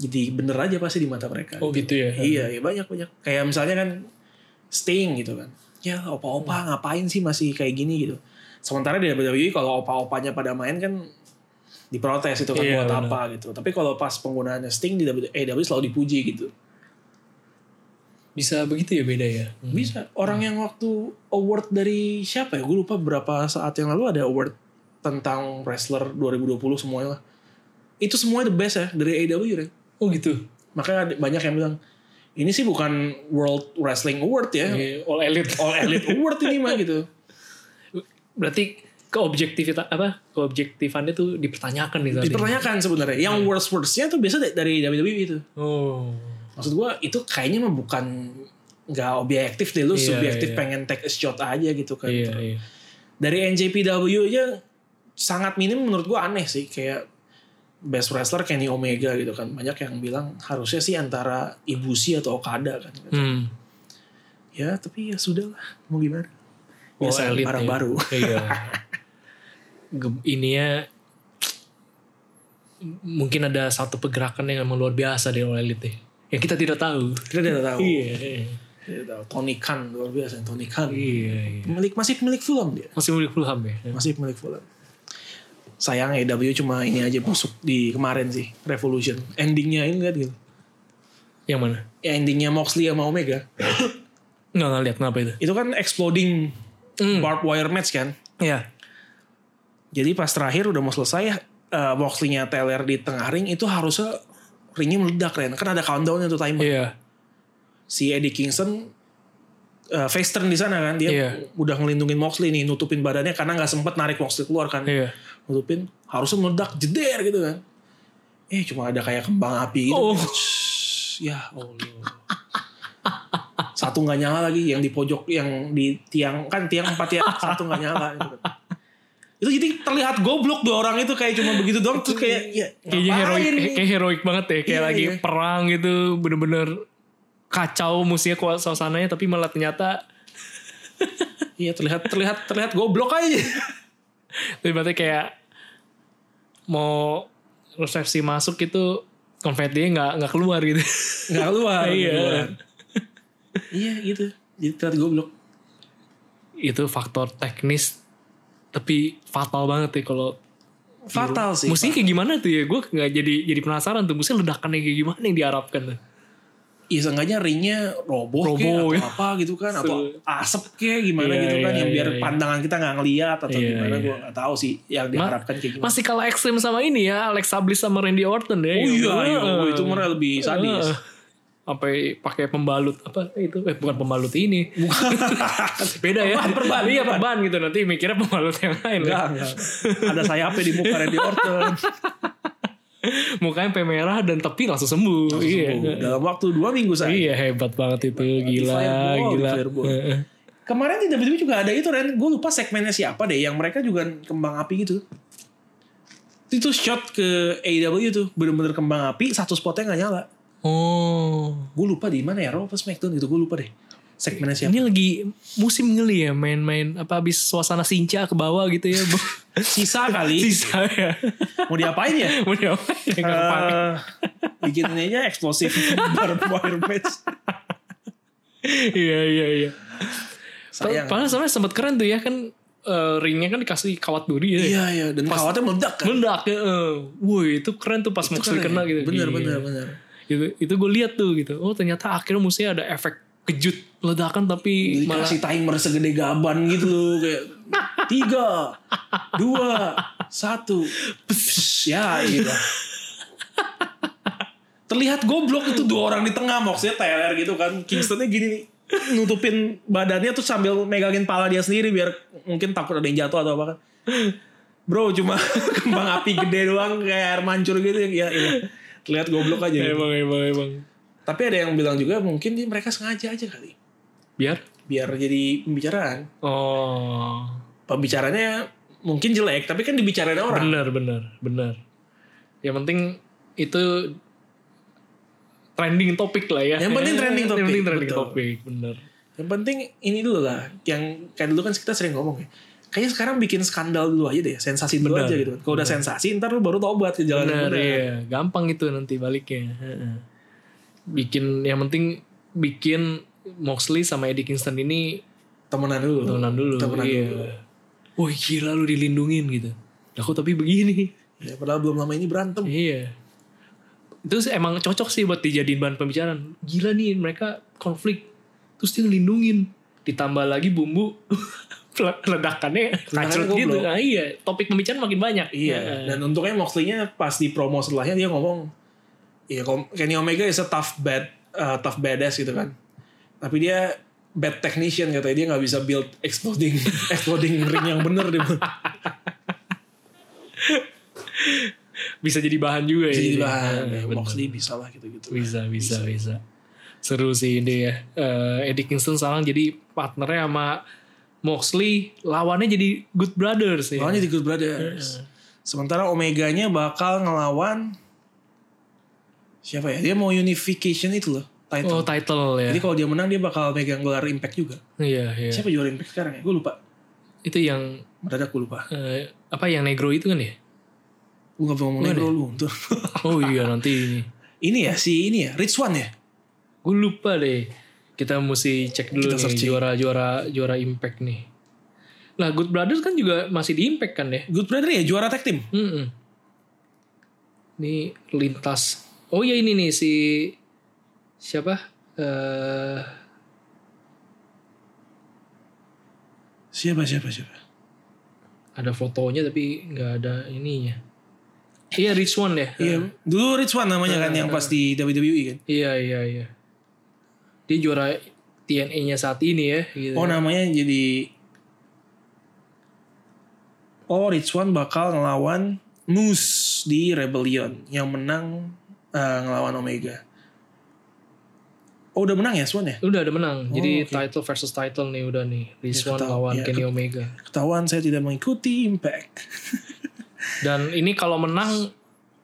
S1: jadi bener aja pasti di mata mereka
S2: Oh gitu ya.
S1: iya iya banyak banyak kayak misalnya kan Sting gitu kan ya
S2: Hmm.
S1: opa-opa ngapain sih masih kayak gini gitu sementara di WWE kalau opa-opanya pada main kan diprotes itu kan
S2: Iya,
S1: buat
S2: benar.
S1: apa gitu tapi kalau pas penggunaannya Sting di E, WWE AEW selalu dipuji gitu
S2: Bisa begitu ya beda ya.
S1: bisa orang yang waktu award dari siapa ya gue lupa berapa saat yang lalu ada award tentang wrestler 2020 semuanya lah itu semua the best ya dari AEW Ren.
S2: Oh gitu.
S1: makanya ada- banyak yang bilang ini sih bukan World Wrestling Award ya
S2: Iya, All elite.
S1: all elite award ini mah gitu.
S2: Berarti keobjektivitas apa? Keobjektifannya tuh dipertanyakan nih tadi.
S1: Dipertanyakan sebenarnya. Yang
S2: Hmm.
S1: worst worstnya tuh biasa da- dari WWE itu.
S2: Oh.
S1: Maksud gua itu kayaknya mah bukan nggak objektif deh lu
S2: Iya,
S1: subjektif
S2: iya.
S1: pengen take a shot aja gitu kan.
S2: Iya iya.
S1: Dari NJPW aja sangat minim menurut gua aneh sih kayak best wrestler Kenny Omega gitu kan banyak yang bilang harusnya sih antara Ibushi atau Okada kan
S2: Hmm.
S1: ya tapi ya sudah lah mau gimana
S2: All
S1: biasa
S2: elite
S1: barang
S2: ya.
S1: baru
S2: Iya. Gem- Ininya m- mungkin ada satu pergerakan yang emang luar biasa di All Elite ya. Yang kita tidak tahu.
S1: kita tidak tahu
S2: Iya, iya.
S1: Tidak tahu. Tony Khan luar biasa Tony Khan
S2: Iya, iya.
S1: pemilik masih pemilik Fulham dia
S2: Masih milik Fulham ya?
S1: masih pemilik Fulham. Sayang AW cuma ini aja busuk di kemarin sih Revolution. Endingnya ini lihat gitu.
S2: Yang mana?
S1: Ya endingnya Moxley sama Omega
S2: Nggak ngeliat, kenapa itu?
S1: itu kan exploding
S2: Hmm.
S1: barbed wire match kan.
S2: Iya.
S1: Jadi pas terakhir udah mau selesai eh, Moxley-nya teler di tengah ring itu harusnya ringnya meledak kan. Kan ada countdown tuh timer.
S2: Iya.
S1: Si Eddie Kingston eh, face turn di sana kan dia
S2: Iya.
S1: udah ngelindungin Moxley nih nutupin badannya karena nggak sempet narik Moxley keluar kan.
S2: Iya.
S1: nutupin harusnya meledak jeder gitu kan eh cuma ada kayak kembang api gitu
S2: Oh.
S1: Shhh, ya allah satu nggak nyala lagi yang di pojok yang di tiang kan tiang empat tiang satu nggak nyala gitu kan. itu jadi terlihat goblok dua orang itu kayak cuma begitu doang terus kayak ya
S2: Kayaknya heroik,
S1: ngapain nih?
S2: kayak heroik banget ya. Kayak
S1: Iya,
S2: lagi
S1: iya.
S2: perang gitu. Bener-bener kacau musiknya kuat suasananya. Tapi malah ternyata...
S1: iya terlihat terlihat terlihat goblok aja
S2: Tiba-tiba kayak... Mau resepsi masuk itu... Konfetinya nggak nggak keluar gitu.
S1: nggak keluar nggak
S2: Iya.
S1: keluar. iya gitu jadi terlihat goblok
S2: itu faktor teknis. Tapi fatal banget ya kalau
S1: fatal sih.
S2: Musiknya kayak gimana tuh ya? Gue nggak jadi jadi penasaran tuh. Musiknya ledakannya kayak gimana yang diharapkan tuh?
S1: Iya seenggaknya ringnya roboh, kek, atau
S2: Roboh, ya.
S1: apa gitu kan atau
S2: Betul.
S1: asap kayak gimana
S2: Iya,
S1: gitu kan
S2: iya,
S1: yang biar
S2: iya, iya.
S1: pandangan kita nggak ngeliat atau
S2: Iya,
S1: gimana
S2: iya.
S1: gue nggak tahu sih yang diharapkan kayak gimana.
S2: Masih kalah ekstrim sama ini ya, Alex Sablis sama Randy Orton ya.
S1: oh iya,
S2: Heeh.
S1: iya, itu merah lebih sadis.
S2: Heeh. sampai pakai pembalut apa itu eh bukan pembalut ini beda ya
S1: Perban, perban,
S2: iya perban gitu nanti mikirnya pembalut yang lain ya.
S1: Enggak, enggak. Ada sayapnya di muka Randy Orton.
S2: mukanya sampai merah dan tepi langsung sembuh iya
S1: Tuh, Dalam waktu dua minggu saya.
S2: iya hebat banget itu gila
S1: fireball,
S2: gila
S1: di fireball.
S2: Heeh.
S1: Kemarin di WWE juga ada itu Ren. Gue lupa segmennya siapa deh. Yang mereka juga kembang api gitu. Itu shot ke AEW tuh. Bener-bener kembang api. Satu spotnya nggak nyala.
S2: oh
S1: Gue lupa di mana ya. Raw apa Smackdown gitu. Gue lupa deh. Segmennya siapa.
S2: ini lagi musim ngeli ya main-main apa habis suasana sinca ke bawah gitu ya Bu.
S1: Sisa kali.
S2: sisa ya
S1: Mau diapain ya?
S2: mau diapain ya nggak kepake.
S1: Eh, bikin ini aja eksplosif barbed wire match
S2: iya iya iya
S1: sayang
S2: Padahal sebenarnya sempat keren tuh ya kan eh, ringnya kan dikasih kawat duri ya.
S1: iya iya dan kawatnya meledak kan
S2: Meledak ya. eh. Woi itu keren tuh pas
S1: Itu
S2: Moxley
S1: keren.
S2: kena gitu.
S1: bener
S2: Iya.
S1: bener bener
S2: Itu, itu gue lihat tuh gitu. Oh ternyata akhirnya musiknya ada efek kejut ledakan tapi malah
S1: dikasih timer segede gaban gitu loh kayak tiga dua satu Pss, ya gitu terlihat goblok itu dua orang di tengah maksudnya teler gitu kan Kingstonnya gini nih, nutupin badannya tuh sambil megangin pala dia sendiri biar mungkin takut ada yang jatuh atau apa kan bro cuma kembang api gede doang kayak air mancur gitu ya iya. terlihat goblok aja gitu.
S2: emang emang emang.
S1: tapi ada yang bilang juga mungkin dia- mereka sengaja aja kali
S2: Biar
S1: biar jadi pembicaraan
S2: oh
S1: pembicaranya mungkin jelek tapi kan dibicarain orang
S2: benar benar benar. Yang penting itu trending topik lah ya.
S1: Yang penting
S2: Eh,
S1: trending
S2: Yang penting
S1: topik,
S2: trending
S1: betul.
S2: topik benar.
S1: yang penting ini dulu lah yang kayak dulu kan kita sering ngomong ya kayaknya sekarang bikin skandal dulu aja deh sensasi dulu
S2: Benar,
S1: aja gitu kalau udah sensasi ntar lu baru tobat ke jalan yang
S2: Benar
S1: benar.
S2: ya, gampang itu nanti baliknya. Heeh. Bikin yang penting bikin Moxley sama Eddie Kingston ini
S1: temenan dulu
S2: temenan dulu.
S1: temenan
S2: iya.
S1: dulu
S2: Wah gila lu dilindungin gitu. Aku tapi begini.
S1: ya, padahal belum lama ini berantem
S2: Iya. Itu sih emang cocok sih buat dijadiin bahan pembicaraan. Gila nih mereka konflik. Terus dia ngelindungin. Ditambah lagi bumbu ledakannya kacau gitu.
S1: goblok.
S2: Nah, iya, topik pembicaraan makin banyak.
S1: iya dan untungnya Moxley-nya pas di promo setelahnya dia ngomong ya Kenny Omega is a tough bad uh, tough badass gitu kan tapi dia bad technician katanya dia nggak bisa build exploding exploding ring yang bener dia bilang.
S2: Bisa jadi bahan juga
S1: bisa
S2: ya.
S1: jadi
S2: ini.
S1: bahan
S2: Heeh,
S1: ya,
S2: bener.
S1: Moxley bisa lah gitu gitu
S2: bisa bisa bisa seru sih ini ya Eh, Eddie Kingston sekarang jadi partnernya sama Moxley lawannya jadi Good Brothers ya
S1: lawannya di Good Brothers sementara Omeganya bakal ngelawan siapa ya dia mau unification itu loh
S2: oh
S1: title
S2: title ya
S1: jadi kalau dia menang dia bakal megang gelar Impact juga
S2: iya iya
S1: siapa juara Impact sekarang ya gue lupa
S2: itu yang
S1: mendadak gue lupa
S2: eh, apa yang negro itu kan ya
S1: gue gak mau ngomong negro lu untung.
S2: oh iya nanti ini
S1: ini ya si ini ya Rich One ya
S2: gue lupa deh kita mesti cek dulu
S1: Kita
S2: nih
S1: searching.
S2: juara juara juara Impact nih lah Good Brothers kan juga masih di Impact kan ya
S1: Good Brother ya juara tag team
S2: Mm-mm. Ini lintas. Oh ya ini nih si siapa? eh
S1: siapa siapa siapa
S2: ada fotonya tapi nggak ada ininya. Iya Rich One ya.
S1: Iya, dulu Rich One namanya
S2: Nah,
S1: kan yang pas di WWE kan.
S2: Iya iya iya. Dia juara TNA-nya saat ini ya. Gitu.
S1: Oh namanya jadi Oh Rich One bakal ngelawan Moose di Rebellion yang menang eh, ngelawan Omega. Oh udah menang ya Swan ya?
S2: Udah ada menang. Jadi
S1: oke.
S2: title versus title nih udah nih. Rich
S1: Ya,
S2: One
S1: ketahu-
S2: lawan
S1: ya,
S2: Kenny Omega.
S1: Ketahuan saya tidak mengikuti Impact.
S2: Dan ini kalau menang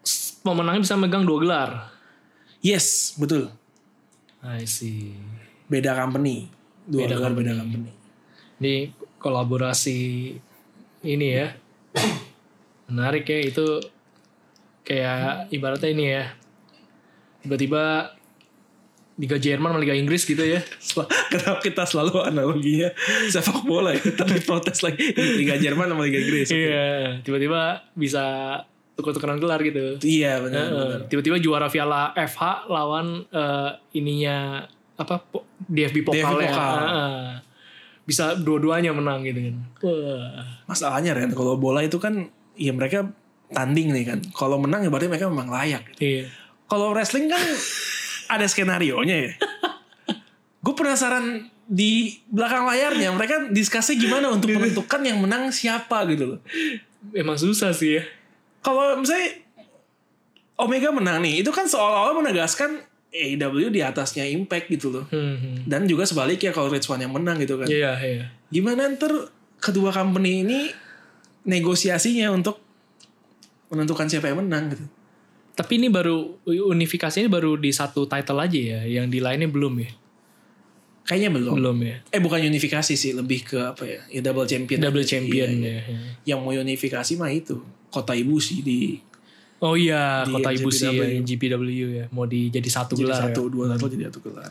S2: s- pemenangnya bisa megang dua gelar.
S1: Yes betul
S2: I see.
S1: beda company dua
S2: Beda
S1: gelar beda company.
S2: Ini kolaborasi ini ya. Menarik ya itu kayak ibaratnya ini ya. Tiba-tiba Liga Jerman sama Liga Inggris gitu ya.
S1: Sel- Kenapa kita selalu analoginya sepak bola ya? Tapi protes lagi Liga Jerman sama Liga Inggris.
S2: Iya, tiba-tiba bisa tukar-tukaran gelar gitu.
S1: Iya benar.
S2: Heeh, Tiba-tiba juara Piala FH lawan eh, ininya apa po- DFB pokalnya.
S1: Pokal.
S2: ya. Heeh. bisa dua-duanya menang gitu kan. Wah.
S1: Masalahnya Ren, kalau bola itu kan ya mereka tanding nih kan. Kalau menang ya berarti mereka memang layak.
S2: Iya.
S1: Kalau wrestling kan ada skenario-nya ya. Gue penasaran di belakang layarnya mereka diskusinya gimana untuk menentukan yang menang siapa gitu loh.
S2: Emang susah sih ya.
S1: Kalau misalnya Omega menang nih, itu kan seolah-olah menegaskan AEW di atasnya Impact gitu loh.
S2: Hmm.
S1: Dan juga sebaliknya kalau Rich One yang menang gitu kan.
S2: Iya, iya.
S1: Gimana ntar kedua company ini negosiasinya untuk menentukan siapa yang menang gitu.
S2: Tapi ini baru unifikasi ini baru di satu title aja ya, yang di lainnya belum ya.
S1: Kayaknya belum.
S2: Belum ya.
S1: Eh bukan unifikasi sih, lebih ke apa ya? Ya double champion.
S2: Double
S1: Iya,
S2: champion
S1: iya.
S2: ya. iya.
S1: Yang mau unifikasi mah itu kota ibu sih di
S2: Oh iya,
S1: Di
S2: kota ibu sih ya,
S1: NJPW.
S2: GPW ya. Mau di jadi satu
S1: jadi
S2: gelar.
S1: satu
S2: ya.
S1: dua atau jadi satu gelar.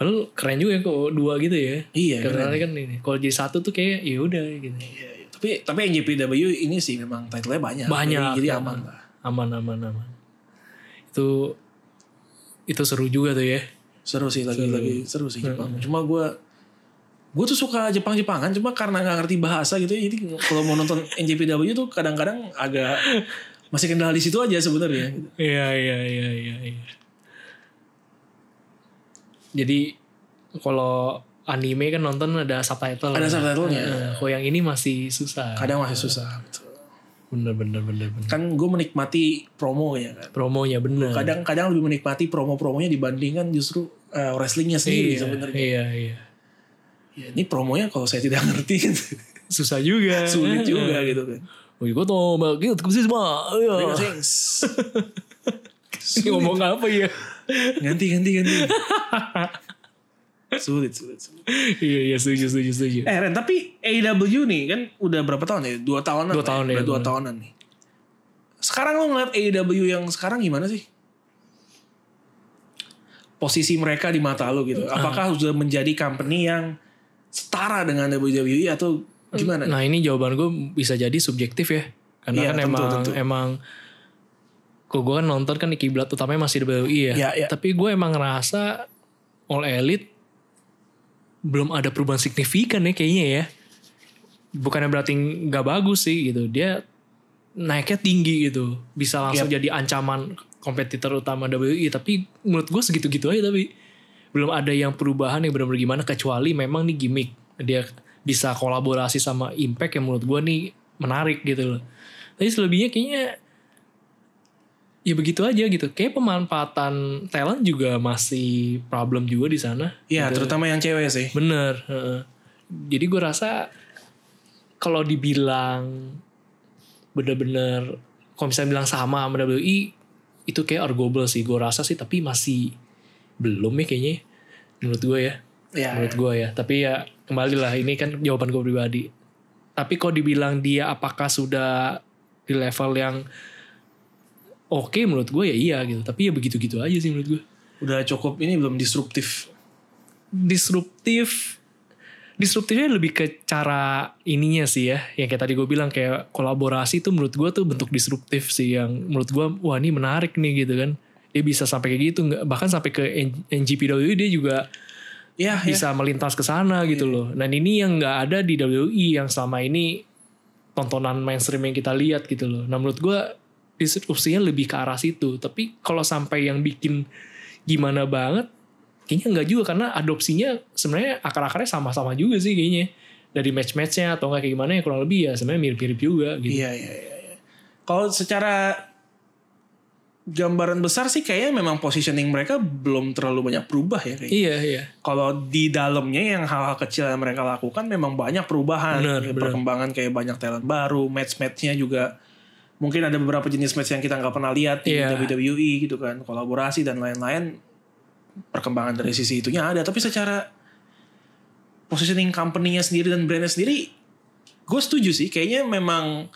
S2: Padahal keren juga ya kok dua gitu ya.
S1: Iya.
S2: Karena
S1: keren.
S2: kan ini kalau jadi satu tuh kayak ya udah gitu.
S1: Iya, iya. Tapi tapi NJPW ini sih memang title-nya banyak.
S2: Banyak. ya.
S1: Jadi, jadi aman lah.
S2: Aman aman aman. Itu itu seru juga tuh ya.
S1: Seru sih lagi-lagi seru. sih Jepang. Cuma gue gue tuh suka Jepang-Jepangan cuma karena nggak ngerti bahasa gitu ya, jadi kalau mau nonton NJPW tuh kadang-kadang agak masih kendala di situ aja sebenarnya gitu.
S2: Iya iya iya iya. iya. Jadi kalau anime kan nonton ada subtitle.
S1: Ada iya. subtitle-nya.
S2: Heeh, Kalau yang ini masih susah.
S1: kadang masih susah gitu.
S2: Bener bener bener bener.
S1: kan gue menikmati promo ya kan
S2: Promonya bener.
S1: kadang-kadang lebih menikmati promo-promonya dibandingkan justru eh, wrestlingnya sendiri
S2: iya,
S1: sebenarnya
S2: Iya iya.
S1: Ya, ini promonya kalau saya tidak ngerti kan
S2: Susah juga.
S1: sulit juga gitu kan
S2: Wih, gue tau banget, gue sih semua.
S1: Tapi
S2: Iya.
S1: ngasih, "Sss."
S2: Ini Ngomong apa ya?
S1: ganti ganti ganti sulit sulit, sulit.
S2: iya iya setuju setuju setuju.
S1: Eh Ren, tapi AEW nih kan udah berapa tahun ya? Dua tahunan. lah
S2: Dua tahun
S1: ya.
S2: ya,
S1: Udah Dua
S2: bener.
S1: tahunan nih. Sekarang lo ngeliat AEW yang sekarang gimana sih? Posisi mereka di mata lo gitu. Apakah sudah menjadi company yang setara dengan WWE atau gimana?
S2: Nah ini jawaban gue bisa jadi subjektif ya, karena
S1: Iya,
S2: kan
S1: tentu,
S2: emang
S1: tentu.
S2: emang kok gue kan nonton kan di kiblat utamanya masih WWE ya.
S1: Iya, iya.
S2: Tapi gue emang ngerasa All Elite belum ada perubahan signifikan ya kayaknya ya. Bukannya berarti nggak bagus sih gitu. Dia naiknya tinggi gitu. Bisa langsung jadi ancaman kompetitor utama WWE. Tapi menurut gue segitu-gitu aja tapi. Belum ada yang perubahan yang benar-benar gimana. Kecuali memang nih gimmick. Dia bisa kolaborasi sama Impact yang menurut gue nih menarik gitu loh. Tapi selebihnya kayaknya ya begitu aja gitu. Kayak pemanfaatan talent juga masih problem juga di sana.
S1: Iya, terutama yang cewek sih.
S2: Bener. heeh. Jadi gue rasa kalau dibilang bener-bener kalau misalnya bilang sama sama WI itu kayak arguable sih gue rasa sih tapi masih belum ya kayaknya menurut gue ya
S1: Iya.
S2: menurut gue ya tapi ya kembali lah ini kan jawaban gue pribadi tapi kalau dibilang dia apakah sudah di level yang oke menurut gue ya iya gitu tapi ya begitu-gitu aja sih menurut gue
S1: Udah cukup ini belum disruptif.
S2: disruptif disruptifnya lebih ke cara ininya sih ya yang kayak tadi gue bilang kayak kolaborasi tuh menurut gue tuh bentuk disruptif sih yang menurut gue wah ini menarik nih gitu kan dia bisa sampai kayak gitu nggak bahkan sampai ke N- NGPW dia juga
S1: Iya, iya.
S2: bisa melintas ke sana gitu loh dan ini yang nggak ada di WWE yang selama ini tontonan mainstream yang kita lihat gitu loh nah menurut gue disrupsinya lebih ke arah situ tapi kalau sampai yang bikin gimana banget kayaknya nggak juga karena adopsinya sebenarnya akar-akarnya sama-sama juga sih kayaknya dari match-matchnya atau nggak kayak gimana ya kurang lebih ya sebenarnya mirip-mirip juga gitu
S1: Iya, iya, iya. iya. Kalau secara gambaran besar sih kayaknya memang positioning mereka belum terlalu banyak berubah ya kayaknya.
S2: iya iya
S1: Kalau di dalamnya yang hal-hal kecil yang mereka lakukan memang banyak perubahan,
S2: Benar,
S1: Ya,
S2: benar.
S1: perkembangan kayak banyak talent baru, match-matchnya juga mungkin ada beberapa jenis match yang kita nggak pernah lihat di
S2: Iya.
S1: WWE gitu kan, kolaborasi dan lain-lain. Perkembangan dari sisi itunya ada, tapi secara positioning company-nya sendiri dan brand-nya sendiri, gue setuju sih. Kayaknya memang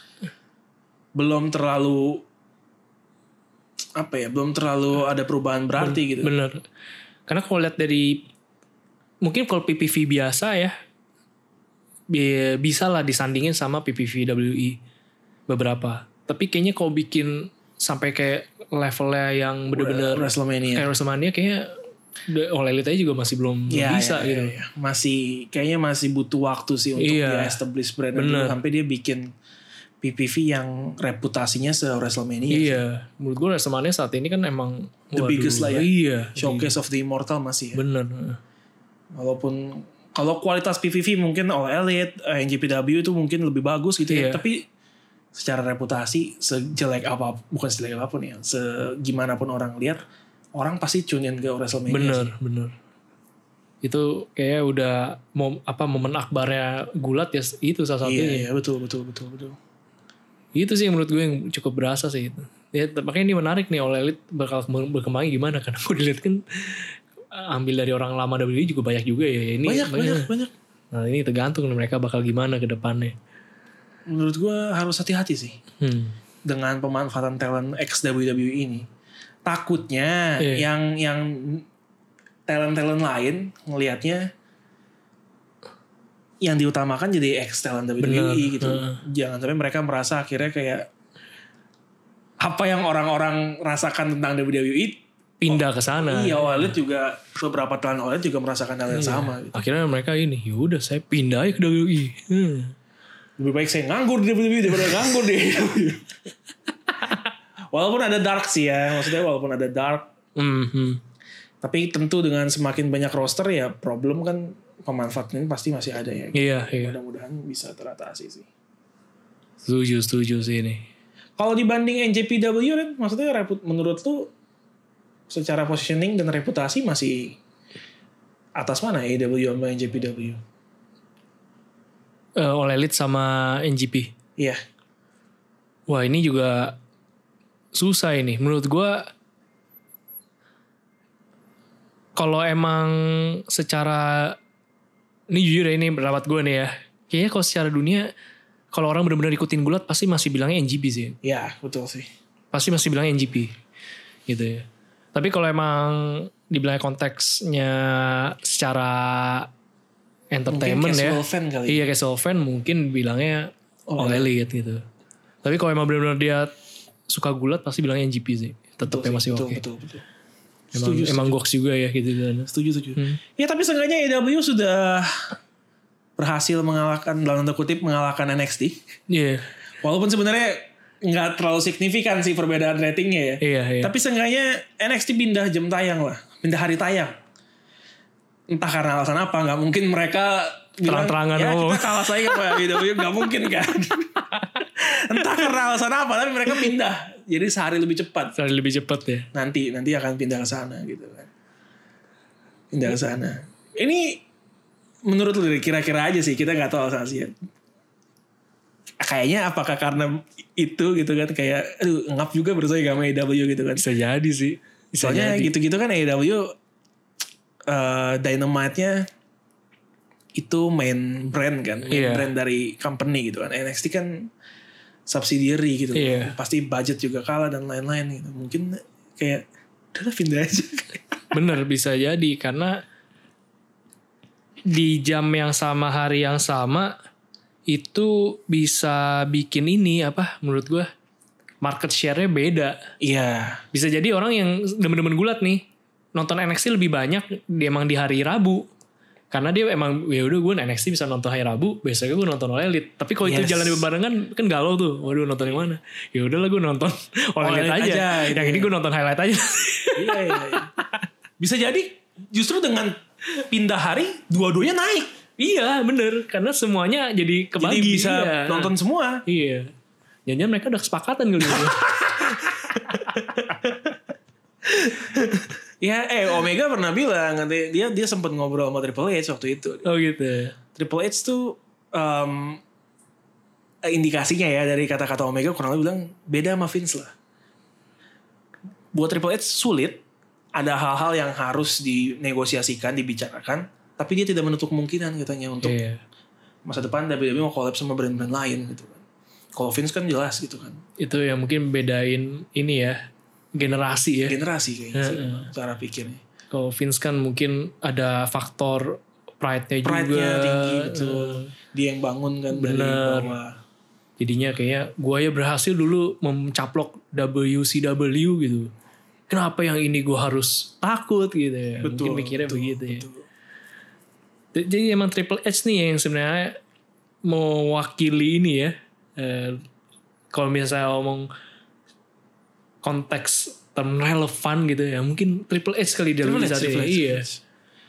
S1: belum terlalu apa ya belum terlalu ada perubahan berarti gitu.
S2: Bener. Karena kalau lihat dari mungkin kalau PPV biasa ya bi- bisa lah disandingin sama PPV WI beberapa. Tapi kayaknya kalau bikin sampai kayak levelnya yang bener-bener
S1: WrestleMania.
S2: kayak WrestleMania kayaknya udah- oleh elite aja juga masih belum belum
S1: Iya,
S2: bisa
S1: iya,
S2: gitu.
S1: iya. Masih kayaknya masih butuh waktu sih untuk
S2: Iya.
S1: dia establish brand dulu sampai dia bikin PPV yang reputasinya se WrestleMania.
S2: Iya, menurut gue WrestleMania saat ini kan emang
S1: The biggest lah ya.
S2: Iya,
S1: Showcase of the Immortal masih ya.
S2: bener.
S1: Walaupun kalau kualitas PVV mungkin All Elite, eh, NJPW itu mungkin lebih bagus gitu ya.
S2: Iya.
S1: Tapi secara reputasi sejelek apa bukan sejelek apapun ya, segimana pun orang lihat, orang pasti tune in ke WrestleMania.
S2: Bener, bener. Itu kayak udah mom, apa momen akbarnya gulat ya itu
S1: Iya,
S2: salah satunya.
S1: iya, betul betul betul betul.
S2: Itu sih yang menurut gue yang cukup berasa sih itu. Ya, t- makanya ini menarik nih oleh elit bakal kembar- berkembangnya gimana karena gue dilihat kan eh, ambil dari orang lama WWE juga banyak juga ya ini.
S1: Banyak banyak banyak.
S2: Nah, ini tergantung mereka bakal gimana ke depannya.
S1: Menurut gua harus hati-hati sih
S2: Hmm.
S1: dengan pemanfaatan talent ex WWE ini. Takutnya
S2: Iya.
S1: yang yang talent-talent lain ngelihatnya yang diutamakan jadi ex talent WWE
S2: Bener,
S1: gitu. Jangan sampai mereka merasa akhirnya kayak apa yang orang-orang rasakan tentang WWE
S2: Pindah ke sana.
S1: iya All Elite juga beberapa talent All Elite juga merasakan hal yang sama gitu.
S2: Akhirnya mereka ini, yaudah saya pindah aja ke WWE. Hmm.
S1: lebih baik saya nganggur di WWE daripada nganggur di AEW. walaupun ada dark sih ya maksudnya walaupun ada dark
S2: Hmm, hmm.
S1: tapi tentu dengan semakin banyak roster ya problem kan pemanfaatan ini pasti masih ada ya
S2: Iya, iya.
S1: mudah-mudahan bisa teratasi sih
S2: Setuju, setuju sih ini.
S1: kalau dibanding NJPW Ren, maksudnya reput menurut lu secara positioning dan reputasi masih atas mana AEW sama NJPW
S2: Eh, All Elite sama NGP.
S1: iya
S2: Wah ini juga susah ini. Menurut gua kalau emang secara ini jujur ya ini pendapat gue nih ya. Kayaknya kalau secara dunia kalau orang benar-benar ikutin gulat pasti masih bilangnya NGP sih.
S1: iya betul sih
S2: Pasti masih bilangnya NGP gitu ya. Tapi kalau emang dibilangnya konteksnya secara entertainment ya.
S1: casual fan kali
S2: Iya casual fan mungkin bilangnya
S1: Oh,
S2: All Elite gitu. Tapi kalau emang benar-benar dia suka gulat pasti bilangnya NGP sih. Tetap ya masih
S1: betul,
S2: oke.
S1: betul betul
S2: Emang emang goks juga ya gitu kan.
S1: Setuju, setuju. Ya tapi seenggaknya AEW sudah berhasil mengalahkan dalam tanda kutip mengalahkan NXT.
S2: Iya.
S1: Walaupun sebenarnya nggak terlalu signifikan sih perbedaan ratingnya ya.
S2: Iya, iya.
S1: Tapi seenggaknya NXT pindah jam tayang lah, pindah hari tayang. Entah karena alasan apa, nggak mungkin mereka bilang,
S2: Terang-terangan,
S1: ya
S2: oh."
S1: kita kalah saing sama AEW, nggak mungkin kan. Entah karena alasan apa, tapi mereka pindah. Jadi sehari lebih cepat
S2: Sekali lebih cepat ya.
S1: nanti nanti akan pindah ke sana gitu kan pindah ke sana ini menurut lu dari kira-kira aja sih kita nggak tahu alasannya kayaknya apakah karena itu gitu kan kayak aduh ngap juga bersaing sama AEW gitu kan
S2: Bisa jadi sih. Bisa
S1: soalnya
S2: jadi.
S1: gitu-gitu kan AEW eh Dynamite-nya itu main brand kan main
S2: Iya.
S1: brand dari company gitu kan NXT kan subsidiary gitu
S2: Iya.
S1: pasti budget juga kalah dan lain-lain gitu mungkin kayak udah pindah aja
S2: Bener bisa jadi karena di jam yang sama hari yang sama itu bisa bikin ini apa menurut gua market share-nya beda.
S1: iya
S2: Bisa jadi orang yang demen-demen gulat nih nonton NXT lebih banyak di, emang di hari Rabu. Karena dia emang ya udah gue NXT bisa nonton hari Rabu, besoknya gue nonton All Elite. Tapi kalau
S1: Yes.
S2: itu jalan barengan kan galau tuh. Waduh nonton yang mana? Ya udahlah gue nonton All,
S1: All
S2: Elite,
S1: Elite
S2: aja.
S1: aja, gitu
S2: Yang ini gue nonton highlight aja.
S1: iya, iya, iya. bisa jadi justru dengan pindah hari dua-duanya naik
S2: iya, bener. Karena semuanya jadi
S1: jadi
S2: kebagi.
S1: bisa
S2: iya.
S1: nonton semua
S2: Iya. Jangan-jangan mereka udah kesepakatan kali ya.
S1: ya eh Omega pernah bilang nanti dia dia sempat ngobrol sama Triple H waktu itu
S2: Oh gitu.
S1: Triple H tuh em, indikasinya ya dari kata-kata Omega kurang lebih bilang beda sama Vince lah. Buat Triple H sulit, ada hal-hal yang harus dinegosiasikan, dibicarakan, tapi dia tidak menutup kemungkinan katanya untuk
S2: Iya.
S1: masa depan WWE mau collab sama brand-brand lain gitu kan. Kalau Vince kan jelas gitu kan.
S2: Itu yang mungkin bedain ini ya. generasi ya.
S1: generasi kayaknya sih,
S2: iya.
S1: cara pikirnya
S2: Kalau Vince kan mungkin ada faktor pride-nya juga. Eh,
S1: pride-nya tinggi betul dia yang bangun kan dari
S2: Bener.
S1: bawah
S2: Jadinya kayaknya gua ya berhasil dulu mencaplok WCW gitu. Kenapa yang ini gua harus takut gitu ya.
S1: betul
S2: mungkin mikirnya
S1: betul,
S2: begitu ya.
S1: betul.
S2: Jadi emang Triple H nih yang sebenarnya mewakili ini ya. Eh, kalau misalnya ngomong konteks term relevan gitu ya, mungkin Triple H kali dia
S1: Triple H,
S2: lebih saat
S1: Triple
S2: ini.
S1: H,
S2: Iya.
S1: Triple H.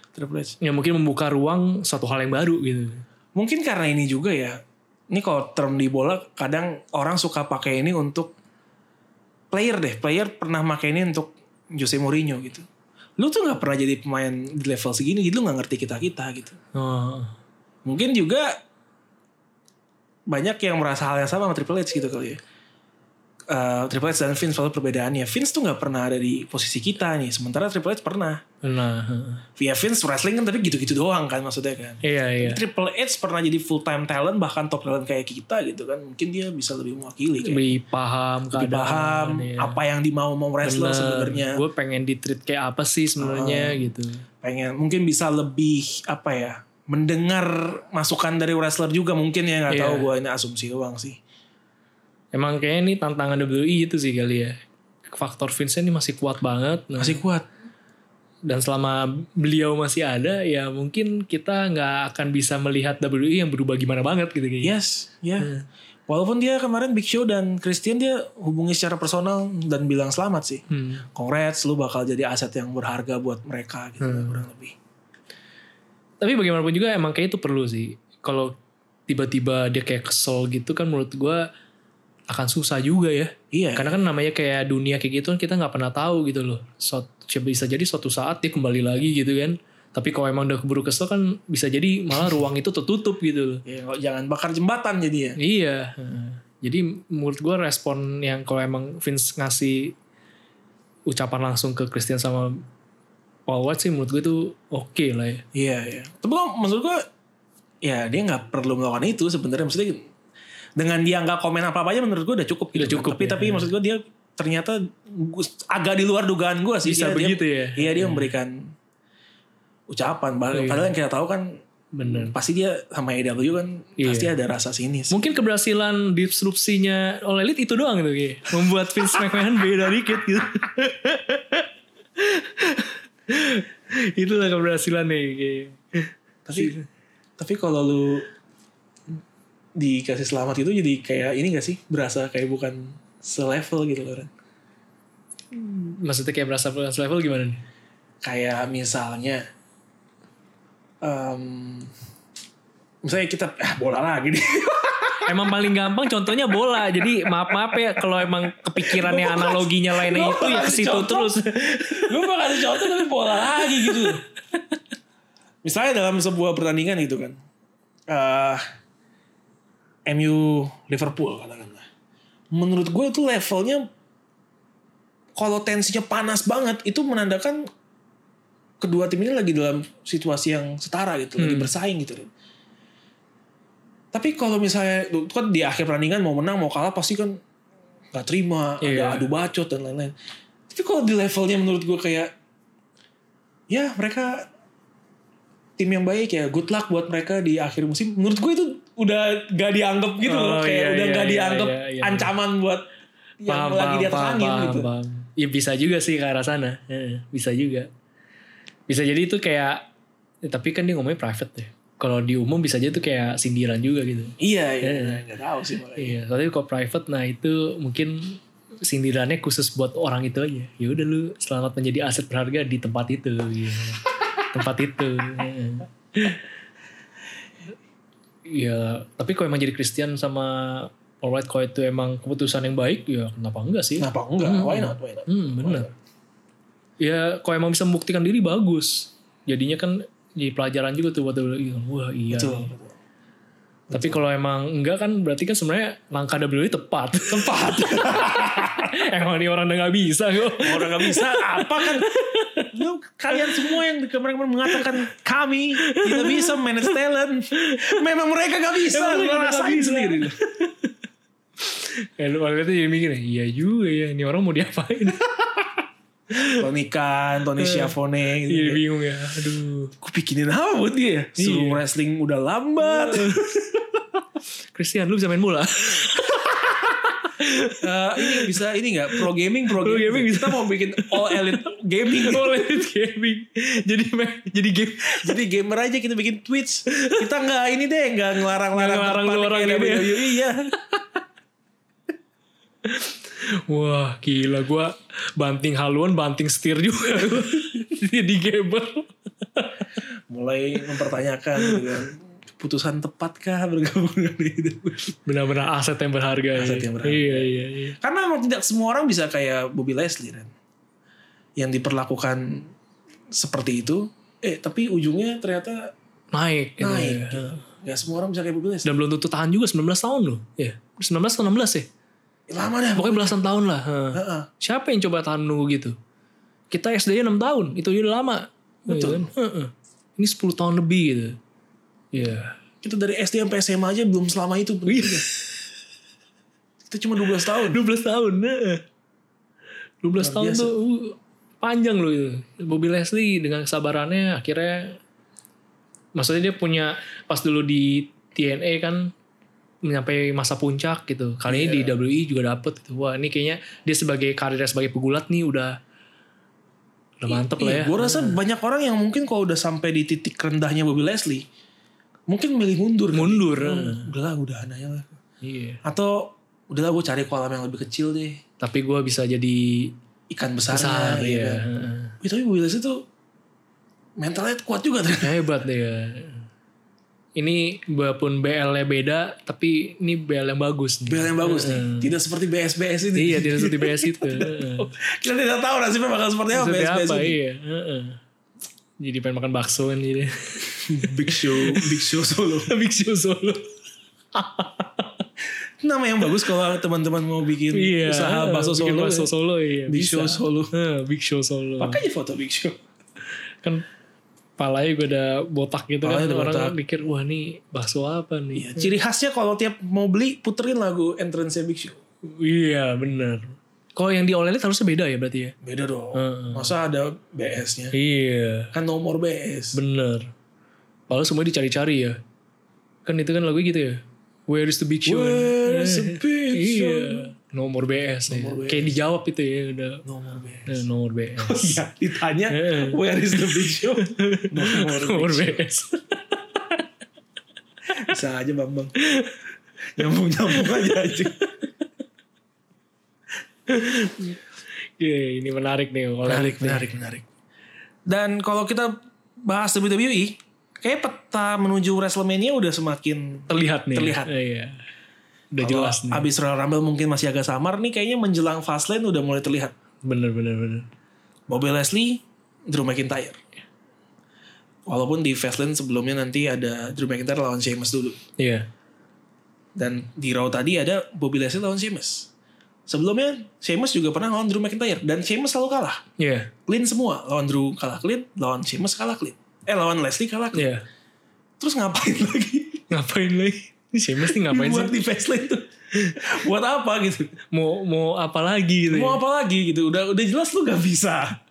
S1: Triple H.
S2: Ya mungkin membuka ruang satu hal yang baru gitu.
S1: mungkin karena ini juga ya ini kalau term di bola kadang orang suka pakai ini untuk player deh player pernah pakai ini untuk Jose Mourinho gitu lu tuh nggak pernah jadi pemain di level segini jadi lu nggak ngerti kita kita gitu
S2: Oh,
S1: mungkin juga banyak yang merasa hal yang sama sama Triple H gitu kali ya. Eh, Triple H dan Vince selalu perbedaannya. Vince tuh nggak pernah ada di posisi kita nih, sementara Triple H pernah.
S2: nah,
S1: Via Vince wrestling kan tapi gitu-gitu doang kan maksudnya kan.
S2: iya iya.
S1: Triple H pernah jadi full time talent bahkan top talent kayak kita gitu kan. Mungkin dia bisa lebih mewakili kayak
S2: Lebih iya. paham
S1: lebih paham apa yang dimau mau wrestler sebenarnya. Oh.
S2: Gue pengen di treat kayak apa sih sebenarnya gitu.
S1: pengen mungkin bisa lebih apa ya mendengar masukan dari wrestler juga mungkin ya nggak
S2: Iya.
S1: tahu gue ini asumsi doang sih
S2: Emang kayaknya ini tantangan WWE itu sih kali ya. Faktor Vincent ini masih kuat banget. Nah,
S1: masih kuat
S2: Dan selama beliau masih ada, ya mungkin kita nggak akan bisa melihat WWE yang berubah gimana banget gitu kayaknya.
S1: yes ya walaupun dia kemarin Big Show dan Christian dia hubungi secara personal dan bilang selamat sih
S2: Hmm.
S1: congrats lu bakal jadi aset yang berharga buat mereka gitu
S2: Hmm.
S1: kurang lebih
S2: Tapi bagaimanapun juga emang kayak itu perlu sih. Kalau tiba-tiba dia kayak kesel gitu kan menurut gua akan susah juga ya.
S1: iya
S2: Karena kan namanya kayak dunia kayak gitu kan kita nggak pernah tahu gitu loh. Suat- bisa jadi suatu saat dia kembali lagi gitu kan. Tapi kalau emang udah keburu kesel kan bisa jadi malah ruang itu tertutup gitu loh.
S1: Ya, kalau jangan bakar jembatan jadi ya
S2: Iya. heeh. Jadi menurut gue respon yang kalau emang Vince ngasih ucapan langsung ke Christian sama Paul White sih menurut gue tuh oke lah ya.
S1: Iya, iya. Tapi kok menurut gua ya dia nggak perlu melakukan itu sebenarnya maksudnya dengan dia nggak komen apa-apa aja menurut gua udah cukup gitu.
S2: Udah cukup,
S1: Tapi
S2: ya.
S1: tapi maksud gua dia ternyata gu- agak di luar dugaan gua sih
S2: Bisa
S1: Dia-
S2: begitu
S1: dia,
S2: ya.
S1: Iya, dia memberikan ucapan Padahal-
S2: Iya.
S1: padahal yang kita tahu kan
S2: Bener.
S1: pasti dia sama EW kan
S2: Iya.
S1: pasti ada rasa sinis.
S2: Mungkin keberhasilan disrupsinya oleh Elite itu doang gitu kayak. Membuat Vince McMahon beda dikit gitu. Itulah keberhasilan nih kayak.
S1: Tapi tapi kalau lu dikasih selamat itu jadi kayak ini gak sih berasa kayak bukan selevel gitu loh Ren.
S2: Maksudnya kayak berasa level gimana nih?
S1: kayak misalnya em, misalnya kita eh, bola lagi nih
S2: Emang paling gampang contohnya bola. Jadi maaf-maaf ya kalau emang kepikirannya analoginya lainnya
S1: gua
S2: itu ya ke
S1: kasih
S2: situ
S1: contoh.
S2: terus.
S1: gue bakal ada contoh tapi bola lagi gitu misalnya dalam sebuah pertandingan gitu kan eh MU Liverpool katakanlah menurut gue itu levelnya kalau tensinya panas banget itu menandakan kedua tim ini lagi dalam situasi yang setara gitu lagi bersaing gitu tapi kalau misalnya itu kan di akhir pertandingan mau menang mau kalah pasti kan nggak terima
S2: Iya.
S1: ada adu bacot dan lain-lain tapi kalau di levelnya menurut gue kayak ya mereka tim yang baik ya good luck buat mereka di akhir musim menurut gue itu udah gak dianggap gitu loh
S2: Oh,
S1: kayak
S2: iya,
S1: udah
S2: iya,
S1: gak
S2: iya,
S1: dianggap
S2: iya, iya.
S1: ancaman buat yang
S2: Paham,
S1: lagi di
S2: paham,
S1: atas
S2: paham,
S1: angin
S2: paham,
S1: gitu
S2: paham. Ya bisa juga sih ke arah sana. Eh, bisa juga. Bisa jadi itu kayak ya, tapi kan dia ngomongnya private ya. Kalau di umum bisa jadi itu kayak sindiran juga gitu.
S1: iya iya nggak tahu sih makanya.
S2: Iya, tapi kalau private nah itu mungkin sindirannya khusus buat orang itu aja. Ya udah lu selamat menjadi aset berharga di tempat itu gitu. tempat itu. Iya. ya, tapi kalau emang jadi Christian sama Paul White kalau itu emang keputusan yang baik ya kenapa enggak sih?
S1: kenapa enggak why not why not
S2: Hmm, benar. Ya, kalau emang bisa membuktikan diri bagus. Jadinya kan jadi pelajaran juga tuh buat WWE. Wah, iya.
S1: betul betul.
S2: Tapi kalau emang enggak kan berarti kan sebenarnya langkah WWE tepat. Tepat. emang ini orang udah nggak bisa kok.
S1: orang nggak bisa apa kan lu kalian semua yang kemarin-kemarin mengatakan kami tidak bisa manage talent memang mereka nggak bisa
S2: Emang
S1: lu
S2: mereka nggak
S1: rasain
S2: bisa.
S1: sendiri
S2: Ya, lu kalau itu jadi mikir, iya juga ya, ini orang mau diapain?
S1: Tony Khan, Tony Schiavone gitu.
S2: jadi bingung ya, aduh.
S1: Gue bikinin apa buat dia? ya? Suruh
S2: Iya.
S1: wrestling udah lambat.
S2: Christian, lu bisa main bola?
S1: Eh, ini bisa ini nggak pro gaming pro
S2: Pro
S1: gaming,
S2: gaming bisa.
S1: kita mau bikin all elite gaming
S2: Boleh gaming. Jadi main- jadi game
S1: jadi gamer aja kita bikin Twitch kita nggak ini deh nggak ngelarang-larang
S2: Ngelarang
S1: tempat
S2: lu orang
S1: kayak
S2: gitu ya.
S1: WWE, iya
S2: Wah gila gue banting haluan banting setir juga gua. Jadi gamer
S1: mulai mempertanyakan gitu kan putusan tepatkah bergabung dengan WWE?
S2: Benar-benar aset yang berharga
S1: Aset
S2: ya.
S1: yang berharga.
S2: Iya iya iya
S1: karena memang tidak semua orang bisa kayak Bobby Leslie kan yang diperlakukan seperti itu eh tapi ujungnya ternyata
S2: Naik gitu
S1: naik
S2: ya.
S1: gitu. Gak semua orang bisa kayak Bobby Leslie
S2: Dan belum tentu tahan juga 19 tahun loh Iya 19 atau 16 ya
S1: lama dah
S2: Pokoknya belasan tahun lah ha.
S1: Heeh.
S2: Siapa yang coba tahan nunggu gitu Kita SD nya 6 tahun Itu udah lama Betul Ini 10 tahun lebih gitu Iya
S1: kita dari SD sampai SMA aja belum selama itu pendidikan. kita cuma 12 tahun
S2: 12 tahun. heeh. 12 tahun
S1: biasa.
S2: tuh uh, panjang loh itu. Bobby Leslie dengan kesabarannya akhirnya maksudnya dia punya pas dulu di TNA kan menyampai masa puncak gitu. Kali ini di WWE juga dapet gitu. Wah, ini kayaknya dia sebagai karirnya sebagai pegulat nih udah udah mantep lah ya.
S1: gue Iya, rasa banyak orang yang mungkin kalau udah sampai di titik rendahnya Bobby Leslie mungkin milih mundur
S2: Mundur.
S1: Hmm, udahlah udahan aja lah
S2: Iya.
S1: atau udahlah gue cari kolam yang lebih kecil deh
S2: Tapi gua bisa jadi
S1: ikan besar,
S2: besar ya.
S1: Wih, tapi Bobby Leslie tuh mentalnya kuat juga tuh
S2: Hebat dia. Ini walaupun BL-nya beda, tapi ini BL yang bagus. nih.
S1: Bel yang bagus nih tidak seperti BS-BS ini
S2: Hmm. Iya, tidak seperti BS itu. Heeh.
S1: Oh, kita tidak tahu nasibnya bakal seperti apa
S2: Seperti
S1: BS-BS
S2: apa,
S1: ini
S2: iya. Heeh. Jadi pengen makan bakso kan jadi.
S1: Big Show Big Show Solo
S2: Big Show Solo.
S1: nama yang bagus kalau teman-teman mau bikin
S2: Iya.
S1: usaha bakso
S2: bikin
S1: solo
S2: Bakso
S1: ya.
S2: Solo, iya.
S1: Big
S2: bisa.
S1: Show Solo.
S2: Heeh, Big Show Solo.
S1: pakai aja foto Big Show
S2: Kan palanya gue ada botak gitu
S1: Palanya
S2: kan.
S1: ada
S2: Orang
S1: botak. Iya.
S2: mikir, wah nih bakso apa nih?
S1: ciri khasnya kalau tiap mau beli puterin lagu entrance Big Show
S2: Iya, bener. Kalau yang di All Elite harusnya beda ya berarti ya?
S1: beda dong
S2: Heeh.
S1: masa ada BS-nya
S2: Iya.
S1: kan nomor BS
S2: Bener. Padahal semuanya dicari-cari ya. Kan itu kan lagu gitu ya. Where is the big show?
S1: Where is the
S2: Eh,
S1: big show?
S2: Iya. Nomor BS, ya.
S1: Nomor BS.
S2: Kayak dijawab itu ya udah.
S1: nomor BS
S2: Eh, nomor BS.
S1: Iya, ditanya
S2: Heeh.
S1: where is the big show? Nomor
S2: nomor
S1: BS.
S2: BS.
S1: Bisa aja Bambang. Nyambung-nyambung aja aja.
S2: Iya, ini menarik nih. Oleh
S1: Nah, menarik, menarik. Dan kalau kita bahas WWE, kayak peta menuju WrestleMania udah semakin
S2: Terlihat nih.
S1: Terlihat.
S2: Eh, Iya. Udah jelas nih.
S1: Abis Royal Rumble mungkin masih agak samar nih kayaknya menjelang Fastlane udah mulai terlihat.
S2: Bener, bener, bener.
S1: Bobby Leslie, Drew McIntyre. Walaupun di Fastlane sebelumnya nanti ada Drew McIntyre lawan Sheamus dulu.
S2: Iya.
S1: Dan di Raw tadi ada Bobby Leslie lawan Sheamus. Sebelumnya Sheamus juga pernah lawan Drew McIntyre dan Sheamus selalu kalah.
S2: Iya.
S1: Clean semua, lawan Drew kalah clean, lawan Sheamus kalah clean. Eh lawan Leslie kalah clean.
S2: Iya.
S1: Terus ngapain lagi?
S2: Ngapain lagi? Ini sih mesti ngapain sih?
S1: buat di Fastlane tuh. buat apa gitu?
S2: Mau mau apa lagi gitu ya?
S1: Mau apa lagi gitu? Udah udah jelas lu gak bisa.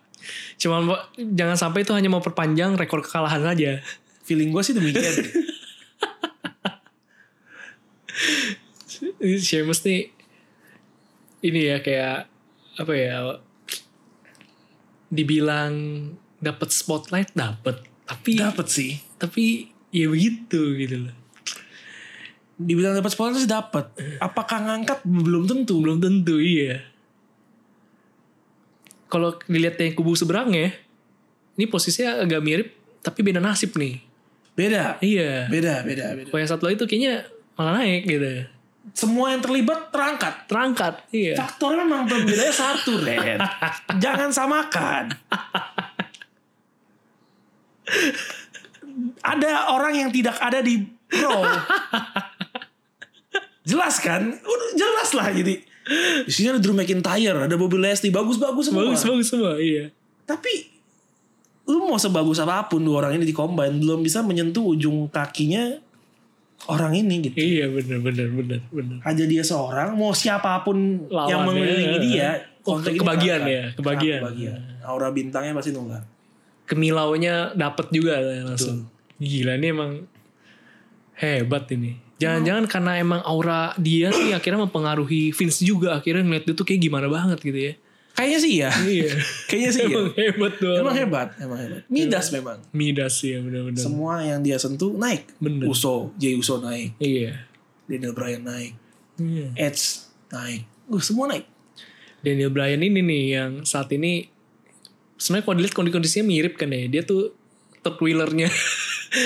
S2: Cuman jangan sampai itu hanya mau perpanjang rekor kekalahan saja.
S1: Feeling gue sih demikian.
S2: Sheamus nih ini ya kayak apa ya dibilang dapat spotlight dapat tapi
S1: dapat sih.
S2: tapi ya begitu gitu loh
S1: Dibilang dapat sponsor sih dapat. Apakah ngangkat belum tentu.
S2: belum tentu iya kalau dilihat yang kubu seberangnya ini posisinya agak mirip tapi beda nasib nih
S1: Beda.
S2: iya
S1: Beda, beda, beda.
S2: kalau yang satu lagi tuh kayaknya malah naik gitu
S1: Semua yang terlibat terangkat.
S2: terangkat iya
S1: Faktornya memang perbedaannya satu, Ren. Jangan samakan. Ada orang yang tidak ada di pro. Jelas kan? Udah jelas lah jadi. Di sini ada Drew McIntyre, ada Bobby Leslie, bagus-bagus semua.
S2: bagus bagus semua iya
S1: Tapi lu mau sebagus apapun dua orang ini di combine belum bisa menyentuh ujung kakinya orang ini gitu.
S2: Iya bener bener bener bener.
S1: Aja dia seorang, mau siapapun
S2: Lawannya,
S1: yang mengelilingi
S2: eh,
S1: dia,
S2: Oh,
S1: konflik itu
S2: kebagian
S1: berangkat.
S2: ya, kebagian.
S1: Kebagian. Aura bintangnya pasti nunggang.
S2: Kemilaunya dapet juga ya, langsung. Gila ini emang hebat ini. Jangan-jangan karena emang aura dia nih akhirnya mempengaruhi Vince juga akhirnya ngeliat dia tuh kayak gimana banget gitu ya.
S1: Kayaknya sih ya.
S2: Iya.
S1: Kayaknya sih ya.
S2: emang hebat doang.
S1: Emang Iya. hebat, emang hebat. Midas memang.
S2: Midas ya bener-bener.
S1: Semua yang dia sentuh naik.
S2: Bener.
S1: Uso, Jey Uso naik,
S2: Iya.
S1: Daniel Bryan naik,
S2: Iya.
S1: Edge naik. Uh, semua naik.
S2: Daniel Bryan ini nih yang saat ini sebenarnya kalau dilihat kondisi-kondisinya mirip kan ya. Dia tuh third wheelernya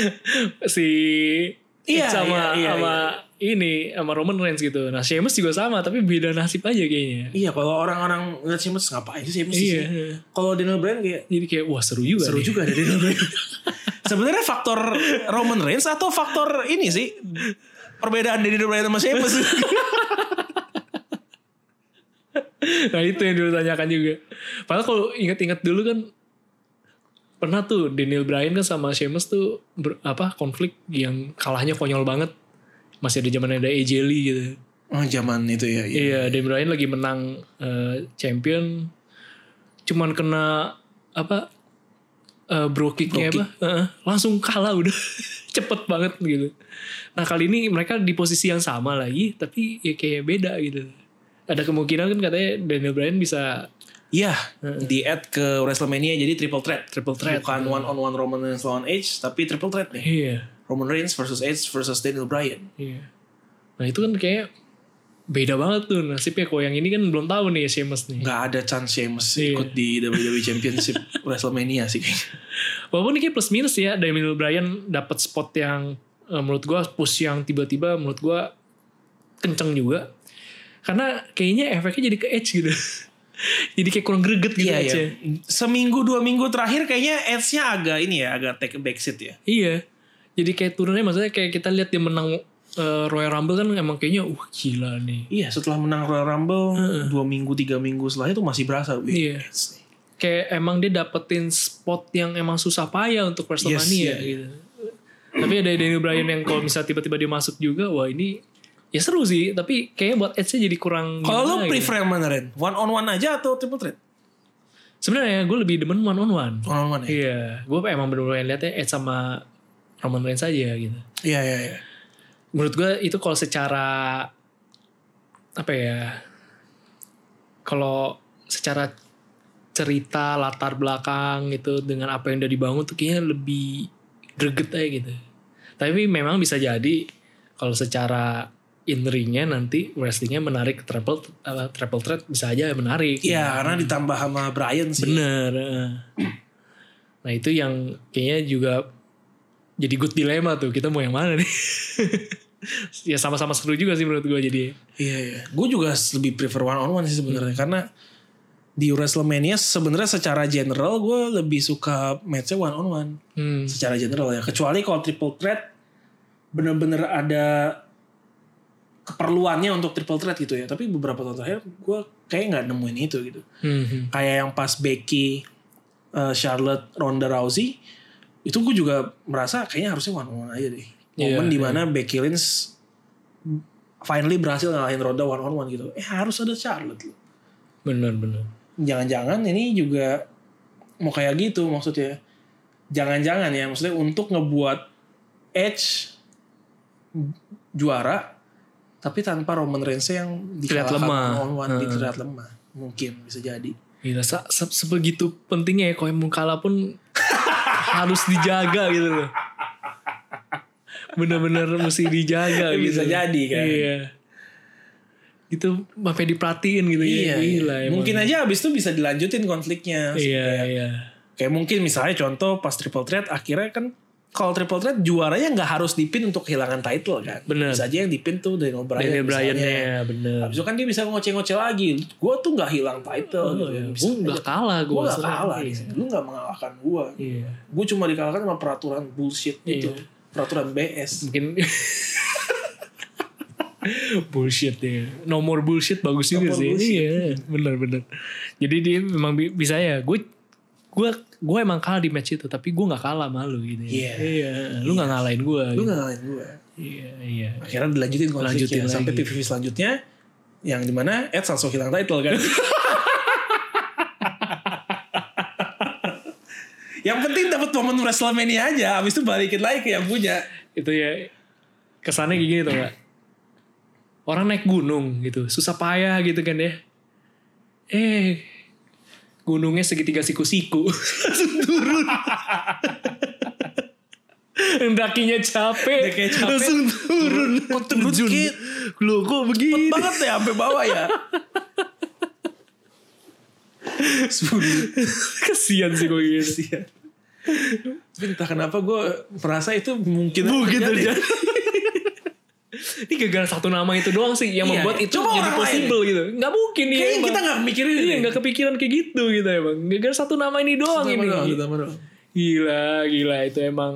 S2: si
S1: Iya,
S2: sama
S1: iya, iya,
S2: sama ini sama Roman Reigns gitu. Nah Sheamus juga sama tapi beda nasib aja kayaknya.
S1: Iya, kalau orang-orang ngeliat Sheamus ngapain sih Sheamus?
S2: Iya.
S1: sih? Kalau Daniel Bryan kayak
S2: Jadi kayak wah seru juga.
S1: seru
S2: nih.
S1: juga ada Daniel Bryan. Sebenarnya faktor Roman Reigns atau faktor ini sih perbedaan Daniel Bryan sama Sheamus.
S2: Nah itu yang dulu tanyakan juga. Padahal kalau inget-inget dulu kan pernah tuh Daniel Bryan kan sama Sheamus tuh ber- apa konflik yang kalahnya konyol banget. Masih ada zamannya ada AJ Lee gitu.
S1: oh, zaman itu ya. Iya.
S2: Iya, Dan Bryan lagi menang eh, champion, cuman kena apa eh bro kicknya apa, Heeh, langsung kalah udah cepet banget gitu. Nah kali ini mereka di posisi yang sama lagi, tapi ya kayak beda gitu. Ada kemungkinan kan katanya Daniel Bryan bisa
S1: Iya, di add ke WrestleMania jadi triple threat.
S2: Triple threat.
S1: Bukan one on one Roman Reigns lawan Edge, tapi triple threat nih.
S2: iya,
S1: Roman Reigns versus Edge versus Daniel Bryan.
S2: iya. Nah itu kan kayak beda banget tuh nasibnya. Kok yang ini kan belum tahu nih Sheamus nih.
S1: Nggak ada chance Sheamus
S2: Iya.
S1: ikut di WWE Championship WrestleMania sih kayaknya.
S2: Walaupun ini kayak plus minus ya Daniel Bryan dapat spot yang eh, menurut gua push yang tiba-tiba menurut gua kenceng juga. Karena kayaknya efeknya jadi ke edge gitu. jadi kayak kurang greget gitu
S1: Iya,
S2: edge
S1: iya. Seminggu dua minggu terakhir kayaknya Edge-nya agak ini ya, agak take a back seat ya.
S2: Iya. Jadi kayak turunnya maksudnya kayak kita lihat dia menang eh, Royal Rumble kan emang kayaknya uh gila nih.
S1: Iya, setelah menang Royal Rumble, dua minggu, tiga minggu setelahnya itu masih berasa. wih,
S2: Iya.
S1: Edge nih.
S2: Kayak emang dia dapetin spot yang emang susah payah untuk WrestleMania
S1: iya,
S2: gitu. Tapi ada Daniel Bryan yang kalau misalnya tiba-tiba dia masuk juga, wah ini ya seru sih. Tapi kayaknya buat edge-nya jadi kurang
S1: Kalau lu
S2: gimana gitu.
S1: prefer yang mana Ren? One on one aja atau triple threat?
S2: Sebenarnya gue lebih demen one on one.
S1: One on one ya?
S2: Iya, gue emang bener-bener liatnya Edge sama Roman Reigns aja gitu.
S1: Iya, iya, iya.
S2: Menurut gue itu kalau secara apa ya? Kalau secara cerita latar belakang gitu dengan apa yang udah dibangun tuh kayaknya lebih greget aja gitu. Tapi memang bisa jadi kalau secara in ringnya nanti wrestlingnya menarik triple apa, triple threat bisa aja menarik.
S1: Iya, karena ditambah sama Brian sih.
S2: Bener. eh. Nah itu yang kayaknya juga jadi good dilema tuh. Kita mau yang mana nih? ya sama-sama seru juga sih menurut gue jadi.
S1: Iya, iya. Gue juga lebih prefer one on one sih
S2: Hmm.
S1: sebenarnya karena di WrestleMania sebenarnya secara general gue lebih suka matchnya one on one
S2: Hmm.
S1: secara general ya. Kecuali kalau triple threat bener-bener ada keperluannya untuk triple threat gitu ya. Tapi beberapa tahun terakhir gue kayak nggak nemuin itu gitu.
S2: Hmm.
S1: Kayak yang pas Becky, eh, Charlotte, Ronda Rousey itu gue juga merasa kayaknya harusnya one on one aja deh.
S2: Iya,
S1: Momen dimana Becky Lynch finally berhasil ngalahin Ronda one on one gitu. Eh harus ada Charlotte loh.
S2: Bener bener.
S1: Jangan-jangan ini juga mau kayak gitu maksudnya. Jangan-jangan ya maksudnya untuk ngebuat Edge juara tapi tanpa Roman Reigns yang dikalahkan
S2: lemah.
S1: one on one dilihat lemah. Mungkin bisa jadi.
S2: Gila, se- se- sebegitu pentingnya ya kalau yang mau kalah pun harus dijaga gitu loh. Bener-bener mesti dijaga gitu.
S1: Bisa jadi kan.
S2: Iya. Itu sampai diperhatiin gitu
S1: Iya,
S2: ya. Gila,
S1: iya.
S2: emang.
S1: mungkin aja abis itu bisa dilanjutin konfliknya.
S2: Iya, iya.
S1: Kayak mungkin misalnya contoh pas triple threat akhirnya kan kalau triple threat juaranya nggak harus dipin untuk kehilangan title kan.
S2: Bener.
S1: Bisa aja yang dipin tuh Daniel Bryan.
S2: Daniel
S1: misalnya.
S2: Bryan-nya, bener.
S1: Abis itu kan dia bisa ngoceh-ngoceh lagi. Gue tuh nggak hilang title. gitu.
S2: Oh, iya.
S1: Bisa
S2: Gua nggak kalah,
S1: Gue
S2: gua
S1: nggak
S2: maksudnya.
S1: kalah.
S2: Iya.
S1: Lu nggak mengalahkan gue.
S2: Iya.
S1: Gue cuma dikalahkan sama peraturan bullshit itu.
S2: Iya.
S1: Peraturan BS.
S2: Mungkin bullshit ya. Nomor bullshit bagus juga
S1: Nomor
S2: sih.
S1: bullshit.
S2: Iya, bener bener. Jadi dia memang bi- bisa ya. Gue gue gue emang kalah di match itu tapi gue nggak kalah malu gitu
S1: Iya.
S2: iya lu nggak ngalahin gue
S1: Lu
S2: gitu.
S1: gak ngalahin gue.
S2: iya iya
S1: Akhirnya dilanjutin konfliknya.
S2: Lanjutin
S1: sampai
S2: lagi.
S1: PPV selanjutnya. Yang dimana Ed langsung hilang title kan. yang penting dapat momen WrestleMania aja. Abis itu balikin lagi ke yang punya.
S2: itu ya kesannya kayak gini tuh nggak orang naik gunung gitu susah payah gitu kan ya eh gunungnya segitiga siku-siku langsung turun Dakinya capek,
S1: Dakinya capek.
S2: langsung turun.
S1: Kok turun, Kit?
S2: Lu kok
S1: Cepet
S2: begini?
S1: banget ya sampai bawah ya. Sebelum
S2: Kesian sih gue gitu.
S1: Tapi entah kenapa gue merasa itu mungkin
S2: Mungkin terjadi. Ini gara-gara satu nama itu doang sih yang
S1: Iya,
S2: membuat
S1: iya.
S2: itu
S1: Coba
S2: jadi
S1: orang
S2: possible gitu. Nggak mungkin ya.
S1: Kayaknya
S2: emang.
S1: kita gak mikirin
S2: Iya
S1: ini.
S2: nggak kepikiran kayak gitu gitu emang. Gara-gara satu nama ini doang
S1: Pertama
S2: ini.
S1: doang, pertama doang.
S2: Gila, gila itu emang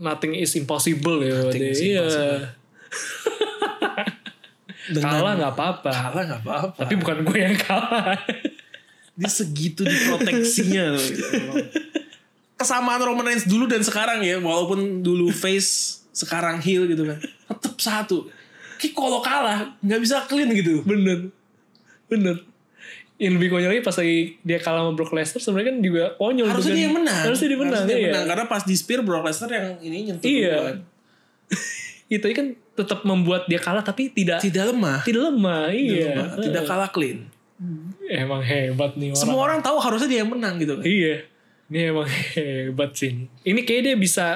S2: nothing is impossible ya.
S1: Nothing
S2: Wade.
S1: is
S2: Iya.
S1: impossible. Dengan-
S2: Kalah nggak apa-apa.
S1: Kalah gak apa-apa.
S2: Tapi bukan gue yang kalah.
S1: Dia segitu diproteksinya. loh. gitu. Kesamaan Roman Reigns dulu dan sekarang ya. Walaupun dulu face, sekarang heel gitu kan. Tetap satu. Kayak kalau kalah nggak bisa clean gitu.
S2: Bener. Bener. Yang lebih konyol lagi pas lagi dia kalah sama Brock Lesnar sebenarnya kan juga konyol.
S1: Harusnya
S2: bukan-
S1: dia menang.
S2: Harusnya dia menang.
S1: Harusnya dia
S2: iya.
S1: menang. Karena pas di spear Brock Lesnar yang ini nyentuh
S2: Iya.
S1: duluan.
S2: Itu kan tetap membuat dia kalah tapi tidak
S1: Tidak lemah.
S2: tidak lemah.
S1: Tidak
S2: Iya.
S1: lemah. Tidak kalah clean.
S2: Emang hebat nih orang.
S1: Semua orang tahu harusnya dia yang menang gitu kan.
S2: Iya. Ini emang hebat sih. ini. Ini kayaknya dia bisa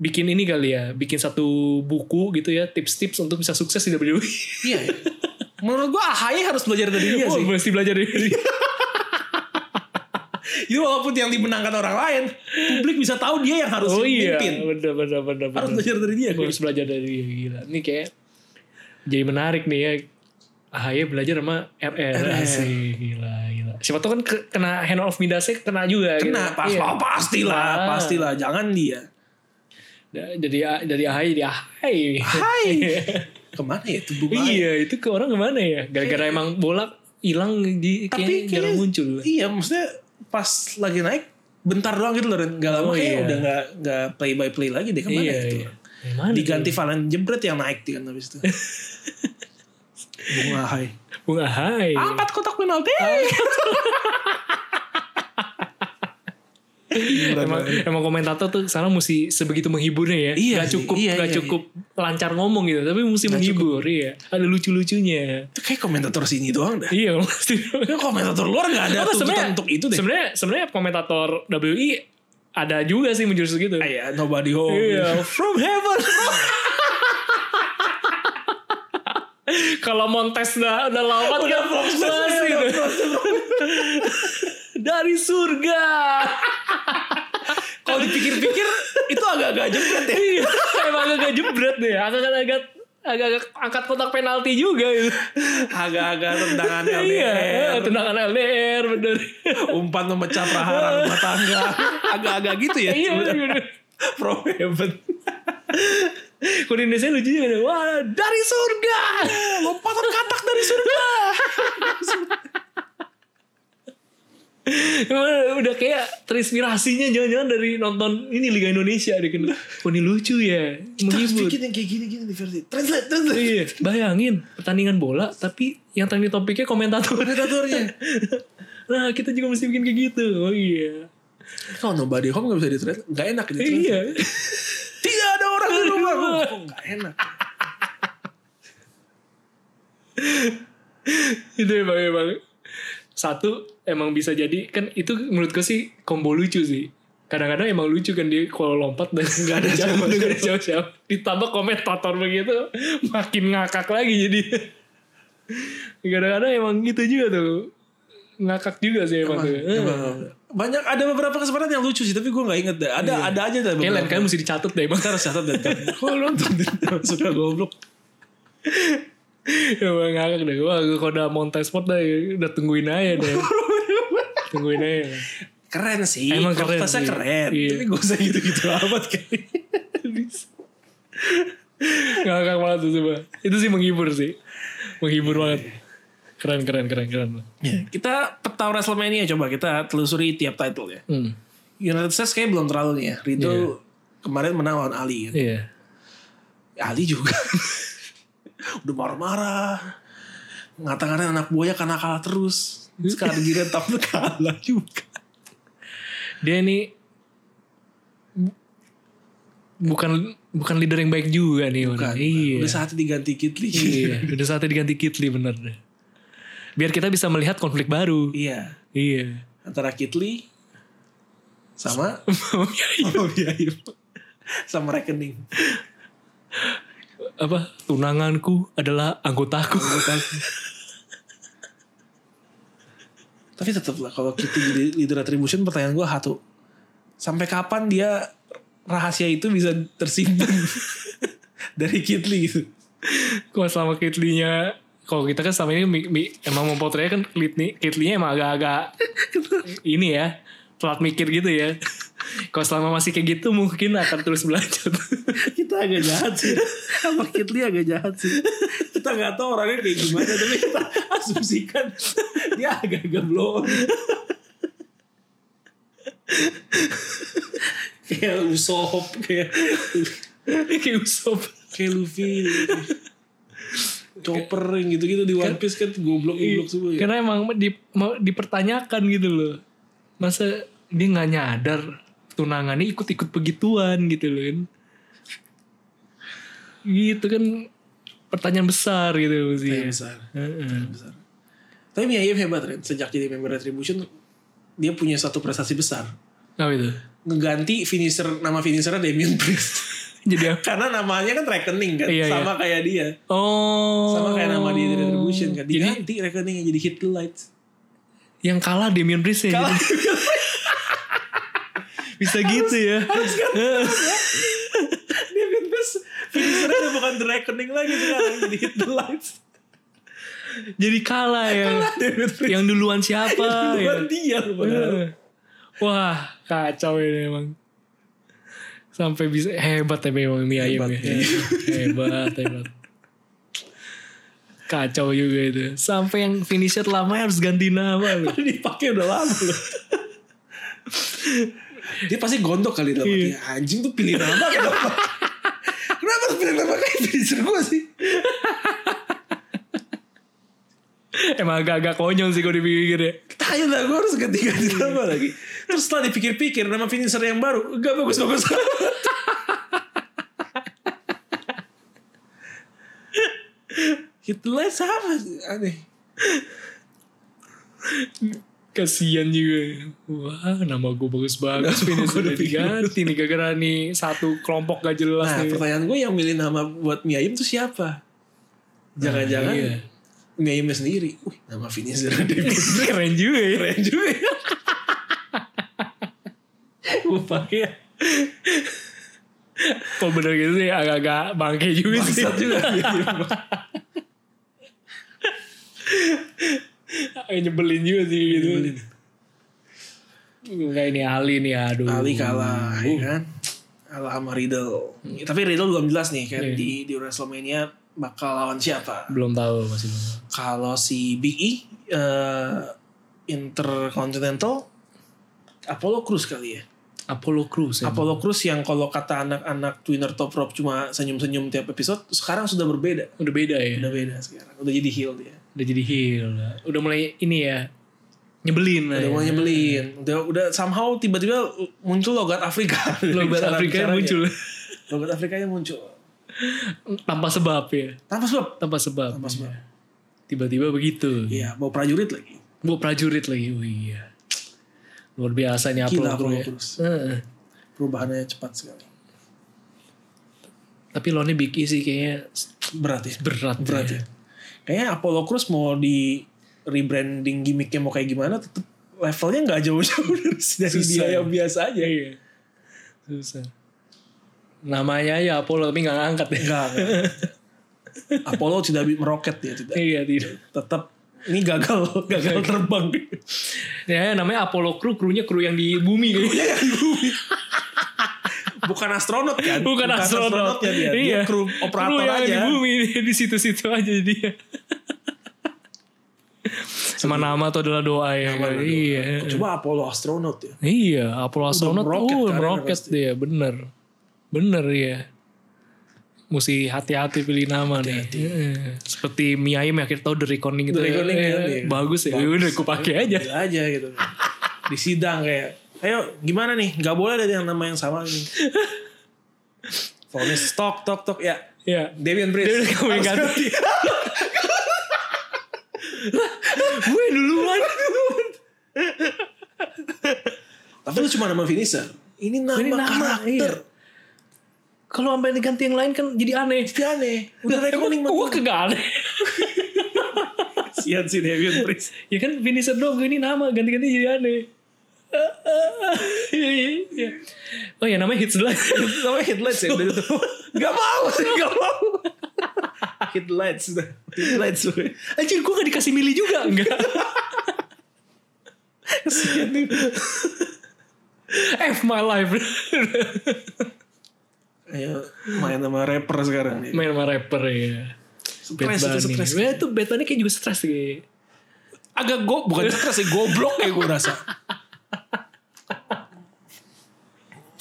S2: bikin ini kali ya, bikin satu buku gitu ya, tips-tips untuk bisa sukses di E. WWE.
S1: Iya. ya. Menurut gua AHY harus belajar dari dia
S2: oh,
S1: sih.
S2: mesti belajar dari dia.
S1: Jadi walaupun yang dimenangkan orang lain, publik bisa tahu dia yang harus
S2: oh iya,
S1: dipimpin.
S2: bener bener bener.
S1: Harus
S2: bener.
S1: belajar dari dia.
S2: Gua harus belajar dari dia gila. Ini kayak jadi menarik nih ya. Ahy belajar sama RR. Asik, gila gila. Siapa tau kan ke- kena hand of Midas kena juga gitu.
S1: Kena pas,
S2: Iya.
S1: oh, pastilah,
S2: Ah.
S1: pastilah. Jangan dia.
S2: Jadi dari Ahy jadi Ahy.
S1: Hai. Kemana ya tubuh bahaya?
S2: Iya itu ke orang kemana ya? Gara-gara emang bola hilang di
S1: Tapi
S2: kayaknya jarang muncul.
S1: Iya, maksudnya pas lagi naik bentar doang gitu loh dan gak lama
S2: Oh,
S1: kayak
S2: iya.
S1: udah gak nggak play by play lagi deh kemana
S2: iya,
S1: gitu.
S2: iya. Mana
S1: Diganti Valen Jebret yang naik dia kan habis itu. Bunga Hai.
S2: tuh? Bunga Hai.
S1: Empat kotak penalti.
S2: Emang, emang komentator tuh sekarang mesti sebegitu menghiburnya ya.
S1: Iya
S2: gak
S1: sih,
S2: cukup
S1: iya,
S2: gak
S1: iya,
S2: cukup lancar ngomong gitu, tapi mesti menghibur iya. Ada lucu-lucunya.
S1: Itu kayak komentator sini doang dah.
S2: Iya pasti.
S1: Kan komentator luar gak ada
S2: Apa
S1: tuntutan untuk itu deh.
S2: Sebenarnya sebenarnya komentator WI ada juga sih menjurus gitu.
S1: Ah, ya, nobody home.
S2: Iya, from heaven. Kalau Montes udah udah lawat udah
S1: Iya,
S2: gitu. Dari surga.
S1: Kalau dipikir-pikir itu agak-agak jebret ya.
S2: Iya, Emang agak jebret deh. Agak-agak agak-agak angkat kotak penalti juga gitu.
S1: Agak-agak tendangan
S2: Iya,
S1: LDR.
S2: tendangan LDR bener.
S1: Umpan memecah prahara rumah tangga. Agak-agak gitu ya.
S2: Iya,
S1: sebenarnya.
S2: bener.
S1: From heaven.
S2: Kalau di Indonesia lucu juga. nih. Wah, dari surga.
S1: Lompatan katak dari surga.
S2: Emang udah kayak terinspirasinya jangan-jangan dari nonton ini Liga Indonesia deh kan. Oh, ini lucu ya,
S1: Terus
S2: menghibur.
S1: bikin yang kayak gini-gini di versi. Translate, translate.
S2: Iya, bayangin pertandingan bola tapi yang trending topiknya komentator.
S1: Komentatornya.
S2: Nah, kita juga mesti bikin kayak gitu. Oh iya.
S1: Kalau nobody home gak bisa ditranslate. Gak enak
S2: Eh,
S1: ditranslate.
S2: Iya.
S1: Tidak ada orang di rumah. Kok gak enak.
S2: itu emang emang satu emang bisa jadi kan itu menurut gue sih combo lucu sih. Kadang-kadang emang lucu kan dia kalau lompat dan nggak ada jauh, nggak ada jauh-jauh. Ditambah komentator begitu makin ngakak lagi jadi. Kadang-kadang emang gitu juga tuh ngakak juga sih emang, tuh. Eh,
S1: Banyak ada beberapa kesempatan yang lucu sih, tapi gue nggak inget deh. Ada
S2: Iya.
S1: ada aja deh.
S2: Kayak lain
S1: beberapa.
S2: kali mesti dicatat deh emang.
S1: Kita harus catat deh. Gue nonton sudah goblok.
S2: Emang ngakak deh. Wah, gue kalau udah Montesport dah, udah tungguin aja deh. tungguin aja.
S1: Keren sih.
S2: Emang keren
S1: Protasnya
S2: sih.
S1: keren.
S2: Iya.
S1: Tapi gue usah gitu-gitu amat kan. kayak. Iya.
S2: Ngakak banget tuh coba. Itu sih menghibur sih. Menghibur banget. Keren keren keren keren.
S1: Ya, kita peta WrestleMania coba kita telusuri tiap title ya.
S2: Hmm.
S1: United States kayaknya belum terlalu nih ya. Riddle kemarin menang lawan Ali kan.
S2: Iya.
S1: Ali juga udah marah-marah ngata-ngatain anak buahnya karena kalah terus sekarang giliran tapi kalah juga
S2: Dia ini bu- bukan bukan leader yang baik juga nih.
S1: kan
S2: orang. Iya.
S1: udah saatnya diganti Kitli
S2: Iya, udah saatnya diganti Kitli bener deh. Biar kita bisa melihat konflik baru.
S1: iya
S2: Iya.
S1: antara Kitli sama sama rekening
S2: Apa tunanganku adalah anggotaku.
S1: tapi tetap lah kalau Kitli jadi leader attribution pertanyaan gue satu sampai kapan dia rahasia itu bisa tersimpan dari Kitli gitu
S2: Kok selama Kitlinya kalau kita kan selama ini mi, mi- emang memotretnya kan Kitli Kitlinya emang agak-agak ini ya telat mikir gitu ya. Kalau selama masih kayak gitu mungkin akan terus belajar.
S1: kita agak jahat sih sama Kitli agak jahat sih kita nggak tahu orangnya kayak gimana tapi kita asumsikan dia agak-agak blow on. kayak Usopp kayak
S2: kayak Usop.
S1: kayak Luffy Chopper yang gitu-gitu di One Piece kan goblok-goblok semua ya.
S2: Karena emang di, mau dipertanyakan gitu loh. Masa dia nggak nyadar tunangannya ikut-ikut begituan gitu loh kan. Gitu kan pertanyaan besar gitu
S1: Kayak
S2: sih.
S1: Iya, besar.
S2: Heeh.
S1: besar. Tapi Miyagi hebat Ren. Sejak jadi member Retribution dia punya satu prestasi besar.
S2: Apa itu?
S1: Ngeganti finisher nama finishernya Damien Priest.
S2: Jadi apa?
S1: Karena namanya kan rekening kan,
S2: Iya,
S1: sama kayak dia.
S2: Oh.
S1: Sama kayak nama dia di Retribution kan.
S2: Jadi
S1: Diganti rekeningnya jadi Hit the Lights.
S2: yang kalah Damien Priest ya.
S1: Kalah.
S2: jadi. Bisa gitu ya.
S1: dia kan terus finishernya udah bukan The Reckoning lagi sekarang jadi Hit the Lights.
S2: Jadi kalah ya.
S1: Damien Priest.
S2: Yang duluan siapa ya.
S1: Bukan dia loh padahal.
S2: Bener. Wah, kacau ini emang. Sampai bisa hebat ya memang mie ayam
S1: Hebat,
S2: ya. Hebat, hebat. Kacau juga itu. Sampai yang finisher lama harus ganti nama loh.
S1: Padahal dipakai udah lama loh. dia pasti gondok kali dalam hati. Anjing tuh pilih nama kenapa? kenapa harus pilih nama kayak finisher gue sih?
S2: Emang agak-agak konyol sih kalau dipikir ya.
S1: Tanya lah gue harus ganti-ganti nama lagi. Terus setelah dipikir-pikir nama finisher yang baru. Gak bagus-bagus amat. Hitler sama aneh.
S2: Kasian juga. Wah, nama gue bagus-bagus. Finisher udah diganti nih. Gara-gara nih satu kelompok gak jelas
S1: Nah
S2: nih.
S1: pertanyaan gue yang milih nama buat Mie Ayam tuh siapa? Jangan-jangan
S2: iya.
S1: Mie Ayamnya sendiri. Wih nama finisher David.
S2: Keren juga ya.
S1: keren juga ya. Gue pakai
S2: Kalau ya. bener gitu sih agak-agak bangke juga sih.
S1: Bangsat juga.
S2: Agak nyebelin juga sih gitu. Enggak ini Ali nih aduh.
S1: Ali kalah, ya kan? Kalah sama Riddle. Hmm. Tapi Riddle belum jelas nih kan di di WrestleMania bakal lawan siapa.
S2: Belum tahu masih belum. tahu.
S1: Kalau si Big E eh, Intercontinental Apollo Cruz kali ya.
S2: Apollo Crews ya.
S1: Apollo Cruz yang kalau kata anak-anak Twinner Top Rope cuma senyum-senyum tiap episode, sekarang sudah berbeda.
S2: Udah beda ya.
S1: Udah beda sekarang. Udah jadi heel dia.
S2: Udah jadi heel. Udah mulai ini ya. Nyebelin lah.
S1: Udah
S2: ya.
S1: mau nyebelin. Udah, udah somehow tiba-tiba muncul logat Afrika.
S2: Logat
S1: Bicara-
S2: Afrika
S1: bicaranya.
S2: muncul.
S1: Logat Afrikanya muncul.
S2: Tanpa sebab ya.
S1: Tanpa sebab.
S2: Tanpa sebab.
S1: Tanpa sebab.
S2: Tiba-tiba begitu.
S1: Iya, bawa prajurit lagi.
S2: Gue prajurit lagi. Oh iya. Luar biasa nih Apollo
S1: Gila
S2: Crews
S1: Apollo
S2: ya.
S1: Cruz.
S2: Heeh.
S1: Perubahannya cepat sekali.
S2: Tapi lawannya Big E sih kayaknya
S1: Berat ya.
S2: berat. Iya.
S1: Berat ya. Kayaknya Apollo Cruz mau di rebranding gimmicknya mau kayak gimana tetep levelnya nggak jauh-jauh dari, dari
S2: Susah
S1: dia
S2: ya.
S1: yang biasa aja.
S2: Iya. Susah. Namanya ya Apollo tapi nggak ngangkat ya.
S1: Enggak. Apollo tidak bi- meroket ya tidak.
S2: Iya tidak.
S1: Tetap ini gagal gagal terbang.
S2: Ya namanya Apollo crew, krunya kru yang di bumi kayaknya.
S1: Bukan astronot kan?
S2: Bukan astronot.
S1: astronotnya
S2: Iya.
S1: ya dia. Dia kru
S2: Kru
S1: operator
S2: yang
S1: aja.
S2: di bumi di situ-situ aja dia. Sama nama itu adalah doa ya.
S1: Nama adalah doa.
S2: Iya.
S1: Coba Apollo astronaut ya.
S2: Iya, Apollo astronaut
S1: meroket
S2: oh,
S1: kan ini
S2: meroket
S1: pasti.
S2: dia, bener. Bener ya. Mesti hati-hati pilih nama nih. Iya. Seperti mie ayam ya, kita tahu The Reckoning itu.
S1: The Reckoning
S2: ya.
S1: kan, iya.
S2: Bagus ya, udah aku pakai aja.
S1: Ambil aja gitu. Di sidang kayak, ayo gimana nih? Gak boleh ada yang nama yang sama nih. Fonis tok tok tok ya.
S2: Iya.
S1: Devian
S2: Dia
S1: Priest.
S2: udah kamu yang ganti. Gue duluan.
S1: Tapi lu cuma nama finisher. Ini nama, iya.
S2: Ini nama, iya.
S1: karakter.
S2: Kalau sampai diganti yang lain kan jadi aneh.
S1: Jadi aneh. Udah reckoning
S2: Gue kagak aneh.
S1: Kasihan si Devian Priest.
S2: ya kan finisher doang gue ini nama ganti-ganti jadi aneh Iya, iya, iya. oh ya namanya hits dulu
S1: Namanya Headlights ya udah itu. Gak mau sih, gak mau. Headlights. udah. Headlights. gue.
S2: anjir gue gak dikasih milih juga enggak
S1: Kasihan nih.
S2: F my life
S1: Ayo main sama rapper sekarang nih.
S2: main sama rapper ya Bad
S1: Stres itu
S2: Bunny.
S1: stres.
S2: ya itu Bad Bunny kayak juga stres kayak
S1: Agak go, bukan stres sih, goblok ya gue rasa.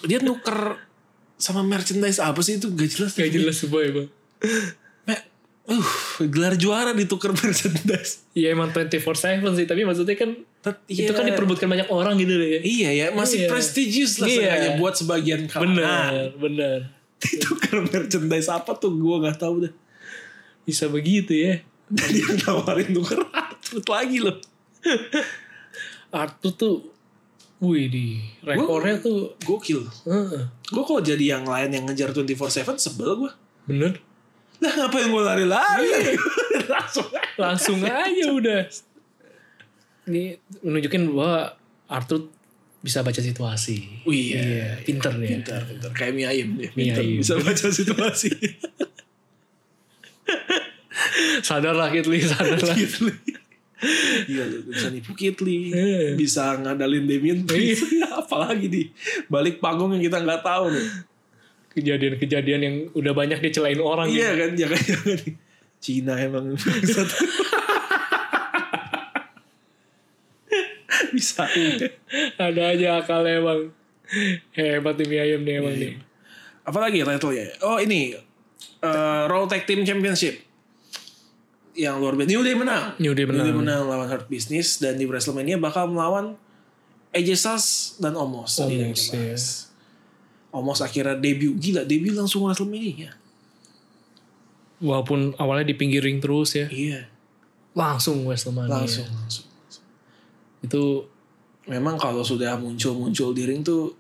S1: Dia nuker sama merchandise apa sih itu gak jelas.
S2: gak jelas boy bang
S1: Me- uh, gelar juara ditukar merchandise.
S2: ya emang 24-7 sih tapi maksudnya kan
S1: Tet-
S2: itu kan
S1: iya.
S2: diperbutkan banyak orang gitu loh ya
S1: Iya ya, masih
S2: Iya.
S1: prestigious lah
S2: Iya.
S1: seenggaknya buat sebagian
S2: bener
S1: kalangan.
S2: bener
S1: Ditukar merchandise apa tuh gue gak tahu deh.
S2: bisa begitu ya
S1: Dan dia nawarin tuker terus lagi loh.
S2: Arthur tuh wih di rekornya tuh
S1: Gokil.
S2: heeh,
S1: Gue kok jadi yang lain yang ngejar 24-7 sebel gue.
S2: bener
S1: Lah ngapain gue
S2: Iya.
S1: lari-lari? Langsung aja.
S2: langsung aja udah ini menunjukin bahwa Arthur bisa baca situasi
S1: Wih, iya.
S2: pinter dia
S1: Bentar, bentar. Kayak mie ayam dia.
S2: Mie
S1: Pinter,
S2: ayam.
S1: Bisa baca situasi.
S2: sadarlah Kitli sadarlah
S1: Kitli. Iya, lu bisa nipu Kitli.
S2: Iya.
S1: Bisa ngadalin Damien Priest. Apalagi di balik panggung yang kita nggak tahu nih.
S2: kejadian-kejadian yang udah banyak dicelain orang
S1: Iya
S2: gitu.
S1: kan, jangan-jangan. nih. Cina emang bangsat. bisa.
S2: ada aja akal emang hebat nih mie ayam nih emang
S1: Iya.
S2: nih
S1: Apalagi title ya? Oh ini. eh Raw Tag Team Championship. Yang luar biasa. New Day menang.
S2: New Day menang.
S1: lawan Hurt Business. Dan di Wrestlemania bakal melawan AJ Styles dan Omos. Tadi yang
S2: Omos, iya.
S1: kita bahas. Omos akhirnya debut. Gila debut langsung Wrestlemania.
S2: walaupun awalnya di pinggir ring terus ya
S1: Iya.
S2: langsung Wrestlemania
S1: Langsung. langsung.
S2: itu
S1: Memang kalau sudah muncul-muncul di ring tuh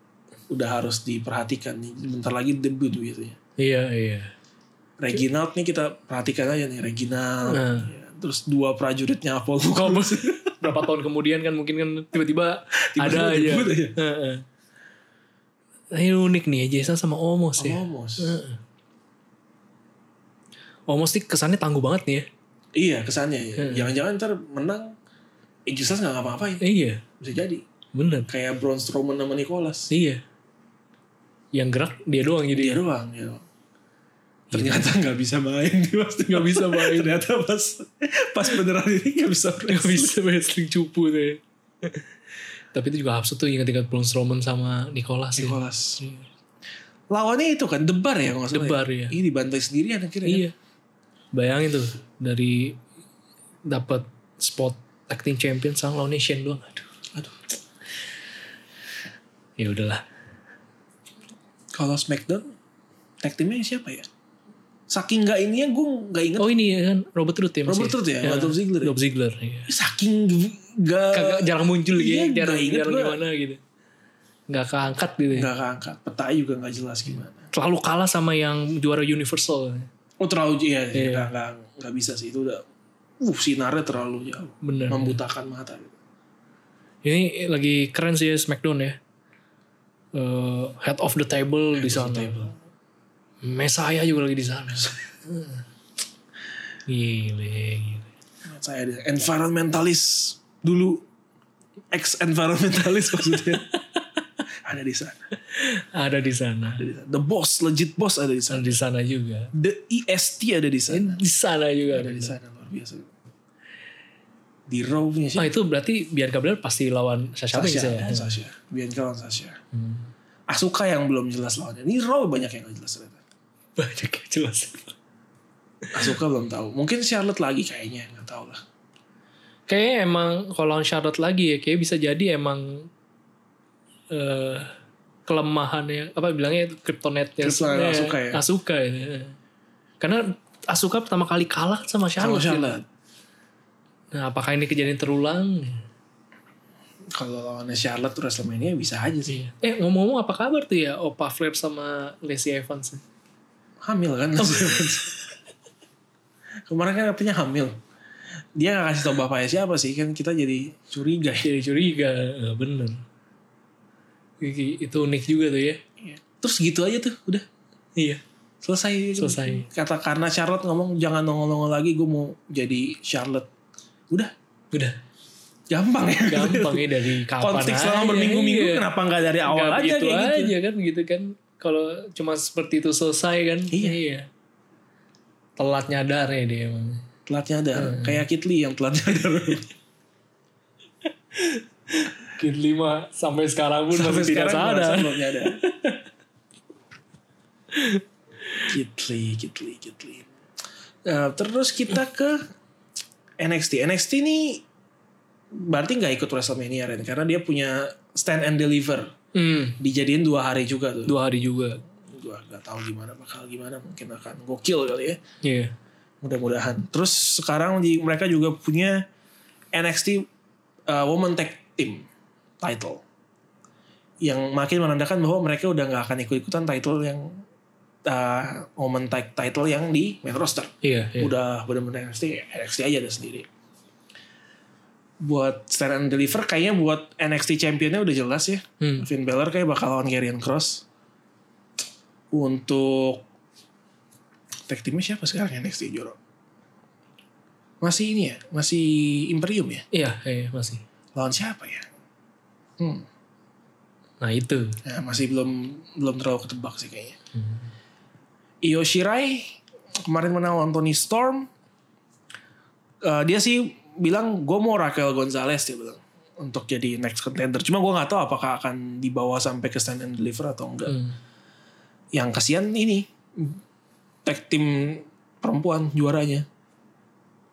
S1: udah harus diperhatikan nih. Bentar lagi debut biasanya.
S2: iya iya
S1: Reginald nih kita perhatikan aja nih Reginald.
S2: Nah.
S1: Ya, Terus dua prajuritnya Apollo
S2: Kobos. berapa tahun kemudian kan mungkin kan tiba-tiba
S1: Tiba-tiba ya?
S2: ada aja.
S1: ribut aja.
S2: Heeh. Nah, Ini unik nih ya Jason sama Omos ya.
S1: Omos.
S2: Omos nih kesannya tangguh banget nih ya.
S1: Iya kesannya ya. Jangan-jangan ntar menang eh Jusas gak ngapa-ngapain.
S2: Iya,
S1: Bisa jadi.
S2: bener.
S1: Kayak Braun Strowman sama Nicholas.
S2: Iya. Yang gerak dia doang jadi
S1: Dia doang
S2: Iya.
S1: ya. Ternyata nggak bisa main di pas
S2: nggak bisa main.
S1: Ternyata pas pas beneran ini nggak bisa
S2: Nggak bisa wrestling cupu tuh. ya. Tapi itu juga absurd tuh ingat-ingat Braun Strowman sama Nicholas ya.
S1: Nicholas. oh Lawannya itu kan debar ya kalau nggak salah.
S2: Debar,
S1: ya.
S2: ya.
S1: Ini dibantai sendirian akhirnya. kan?
S2: Iya. Bayangin tuh dari dapat spot acting champion sang lawannya Shane doang. Aduh.
S1: Aduh.
S2: Ya udahlah.
S1: Kalau Smackdown tag teamnya siapa ya? Saking nggak ininya gue nggak inget.
S2: Oh ini ya kan Robert Root ya
S1: Robert Root ya, Dolph Ziggler ya?
S2: Dolph Ziggler iya.
S1: Saking nggak
S2: Kagak jarang muncul gitu
S1: Iya,
S2: ya,
S1: nggak
S2: jarang,
S1: inget
S2: jarang
S1: gua.
S2: gimana gitu. Gak keangkat gitu ya.
S1: nggak keangkat. Peta juga nggak jelas gimana.
S2: Terlalu kalah sama yang juara Universal.
S1: Oh terlalu iya, iya. Nggak, nggak, nggak bisa sih itu udah uh sinarnya terlalu jauh
S2: Bener.
S1: membutakan mata gitu.
S2: Ini lagi keren sih ya Smackdown ya. Eh, head of the table di sana. Messiah juga lagi di sana. Hmm. gile, gile.
S1: Ingat saya ada environmentalis dulu ex environmentalis maksudnya ada di sana
S2: Ada di sana.
S1: ada di sana. the boss legit boss ada di sana
S2: Ada di sana juga.
S1: the EST ada di sana
S2: Iya. Di sana juga.
S1: ada di sana luar biasa di Raw punya
S2: Oh
S1: siapa?
S2: itu berarti Bianca Belair pasti lawan Sasha Banks
S1: Sasha,
S2: ya.
S1: Sasha. Bianca lawan Sasha. Asuka yang belum jelas lawannya. Ini Raw banyak yang gak jelas ternyata.
S2: Banyak yang jelas.
S1: Asuka belum tahu. Mungkin Charlotte lagi kayaknya, nggak tahu lah.
S2: Kayaknya emang kalau lawan Charlotte lagi ya kayak bisa jadi emang eh kelemahannya apa bilangnya kryptonite
S1: Kryptonite Asuka ya.
S2: Asuka ya. Karena Asuka pertama kali kalah sama
S1: Kalau
S2: Charlotte. gitu.
S1: Charlotte,
S2: Nah, apakah ini kejadian terulang?
S1: kalau lawannya Charlotte WrestleMania ya bisa aja sih.
S2: Eh, ngomong-ngomong apa kabar tuh ya Opa Flair sama Lacey Evans?
S1: Hamil kan?
S2: Oh.
S1: Kemarin kan katanya hamil. Dia gak kasih tau bapaknya siapa sih, kan kita jadi curiga ya.
S2: Jadi curiga, Eh, bener. Itu itu unik juga tuh ya.
S1: Terus gitu aja tuh, udah.
S2: Iya.
S1: Selesai.
S2: Selesai.
S1: Kata karena Charlotte ngomong, jangan nongol-nongol lagi, gue mau jadi Charlotte. Udah,
S2: Udah,
S1: gampang ya.
S2: gampang ya dari kapan
S1: Konflik
S2: aja,
S1: selama berminggu-minggu,
S2: iya.
S1: kenapa nggak dari awal aja
S2: Nggak begitu
S1: kayak
S2: aja
S1: gitu.
S2: kan gitu kan. Kalau cuma seperti itu selesai kan.
S1: Iya.
S2: Telat nyadar ya dia emang.
S1: Telat nyadar,
S2: Hmm.
S1: kayak Kitli yang telat nyadar.
S2: Kid lima sampai sekarang pun
S1: Sampai
S2: masih tidak
S1: sekarang gua rasa
S2: sadar.
S1: belum nyadar. Kitli, kitli, kitli. Nah, terus kita ke NXT. NXT ini berarti nggak ikut WrestleMania Ren karena dia punya stand and deliver
S2: Hmm,
S1: dijadiin dua hari juga tuh.
S2: dua hari juga.
S1: Gua nggak tahu gimana bakal gimana mungkin akan gokil kali ya.
S2: Iya.
S1: Mudah-mudahan. Terus sekarang di- mereka juga punya NXT uh, Women Tag Team title yang makin menandakan bahwa mereka udah nggak akan ikut-ikutan title yang uh, Women Tag title yang di main roster.
S2: Iya, iya.
S1: Udah benar-benar NXT NXT aja ada sendiri. Buat stand and deliver kayaknya buat NXT championnya udah jelas ya.
S2: Hmm.
S1: Finn Balor kayak bakal lawan Karrion Cross. Untuk tag teamnya siapa sekarang NXT Joro? Masih ini ya, masih Imperium ya.
S2: Iya, iya, masih.
S1: Lawan siapa ya? Hmm.
S2: Nah, itu.
S1: Nah, masih belum belum terlalu ketebak sih kayaknya.
S2: Hmm.
S1: Io Shirai kemarin menang lawan Tony Storm. Eh, dia sih bilang gue mau Raquel Gonzalez dia bilang untuk jadi next contender. Cuma gue nggak tahu apakah akan dibawa sampai ke stand and deliver atau enggak.
S2: Hmm.
S1: yang kasihan ini tag tim perempuan juaranya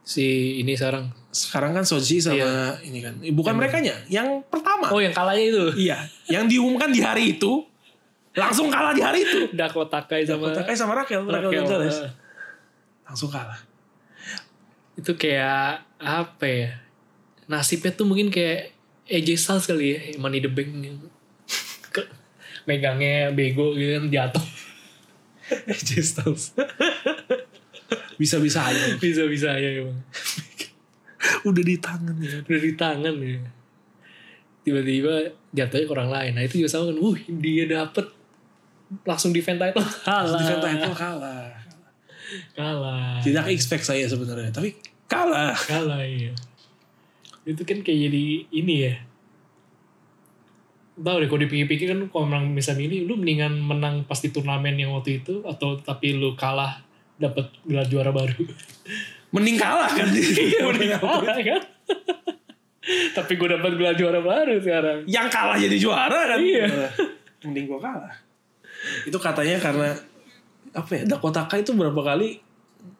S2: Si ini sekarang.
S1: sekarang kan Soji sama
S2: Iya.
S1: ini kan Eh, bukan mereka nya yang pertama
S2: Oh, yang kalahnya itu.
S1: iya yang diumumkan di hari itu langsung kalah di hari itu
S2: Dakota Kai sama
S1: Dakota Kai sama Raquel Raquel
S2: Raquel.
S1: Gonzalez
S2: Eh,
S1: langsung kalah
S2: Itu kayak apa ya? Nasibnya tuh mungkin kayak AJ Styles kali ya, Money the Bank. gitu. Ke- Megangnya bego gitu kan jatuh.
S1: AJ Styles bisa-bisa aja
S2: Bisa-bisa aja emang.
S1: udah di tangan ya
S2: Udah di tangan ya. Tiba-tiba jatuhnya ke orang lain. Nah itu juga sama kan, wuh dia dapet langsung defend title. Kalah.
S1: Defend title kalah
S2: Kalah.
S1: tidak expect saya sebenarnya tapi kalah
S2: kalah ya itu kan kayak jadi ini ya tau deh kalau dipikir-pikir kan kalau menang bisa milih lu mendingan menang pas di turnamen yang waktu itu atau tapi lu kalah dapat gelar juara baru
S1: mending kalah kan
S2: Iya, Mending kalah kan tapi gue dapat gelar juara baru sekarang
S1: yang kalah jadi juara kan
S2: Iya.
S1: mending gua kalah itu katanya karena apa ya Dakota Kai itu berapa kali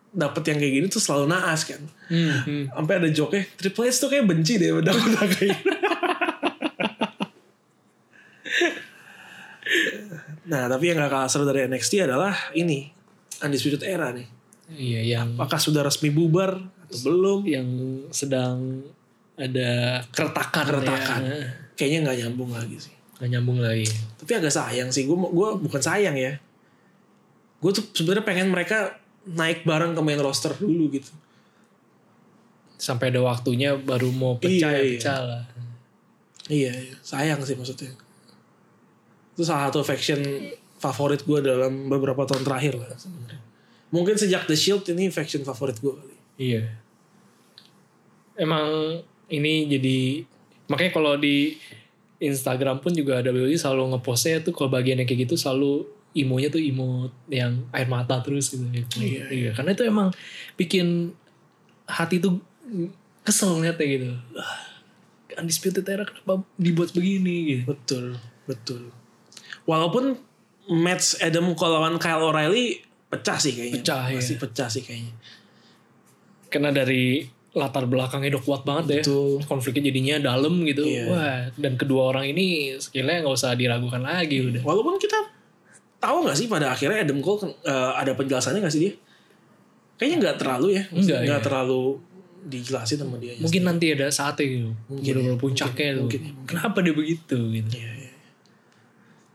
S1: dapat yang kayak gini tuh selalu naas kan
S2: Hmm,
S1: sampai ada joke Triple H tuh kayak benci deh sama Dakota Kai nah tapi yang gak kalah seru dari NXT adalah ini Undisputed Era nih
S2: iya yang
S1: apakah sudah resmi bubar atau belum
S2: yang sedang ada keretakan
S1: Keretakan.
S2: ya.
S1: kayaknya nggak nyambung lagi sih
S2: Nggak nyambung lagi
S1: tapi agak sayang sih gue gue bukan sayang ya gue tuh sebenarnya pengen mereka naik bareng ke main roster dulu gitu
S2: sampai ada waktunya baru mau
S1: Iya,
S2: pecah ya
S1: iya.
S2: pecah lah
S1: iya iya. sayang sih maksudnya itu salah satu faction favorit gue dalam beberapa tahun terakhir lah sebenarnya mungkin sejak The Shield ini faction favorit gue kali
S2: Iya. Emang ini jadi makanya kalau di Instagram pun juga ada WWE selalu ngepostnya tuh kalau bagian yang kayak gitu selalu imonya tuh imo yang
S1: iya.
S2: air ya. Iya, mata terus gitu. Iya, Karena itu emang bikin hati tuh kesel ngeliatnya gitu Ah, undisputed era kenapa dibuat begini gitu
S1: Betul, betul. Walaupun match Adam Cole lawan Kyle O'Reilly pecah iya. sih kayaknya.
S2: Pecah, ya.
S1: Pasti pecah sih kayaknya.
S2: karena dari latar belakangnya udah kuat banget ya
S1: Betul.
S2: konfliknya jadinya dalam gitu
S1: Iya.
S2: wah dan kedua orang ini skillnya nggak usah diragukan lagi udah
S1: Walaupun kita tahu nggak sih pada akhirnya Adam Cole eh, ada penjelasannya nggak sih dia? Kayaknya nggak terlalu ya.
S2: Nggak,
S1: nggak
S2: iya.
S1: terlalu dijelasin sama dia.
S2: mungkin nanti ada saatnya gitu
S1: Iya Mungkin,
S2: bener-bener
S1: ya.
S2: puncaknya
S1: Mungkin,
S2: tuh
S1: mungkin,
S2: kenapa dia begitu gitu
S1: Iya, iya.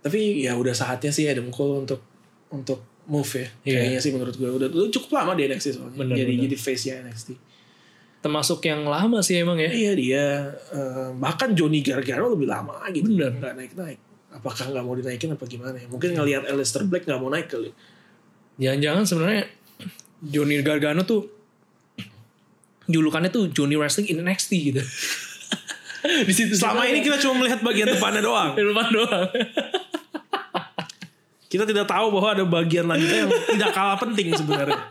S1: Tapi ya udah saatnya sih Adam Cole untuk untuk move ya.
S2: Iya.
S1: Kayaknya sih menurut gue udah, udah cukup lama di NXT soalnya.
S2: Bener,
S1: jadi
S2: bener.
S1: jadi face-nya NXT.
S2: termasuk yang lama sih emang ya
S1: Iya dia eh, bahkan Johnny Gargano lebih lama gitu.
S2: Bener.
S1: Nggak naik-naik. Apakah nggak mau dinaikin apa gimana ya? Mungkin ngelihat Aleister Black nggak mau naik kali.
S2: jangan-jangan sebenarnya Johnny Gargano tuh julukannya tuh Johnny Wrestling in NXT gitu di situ
S1: Selama ini kita cuma melihat bagian depannya doang.
S2: di depan doang
S1: Kita tidak tahu bahwa ada bagian lainnya yang tidak kalah penting sebenarnya.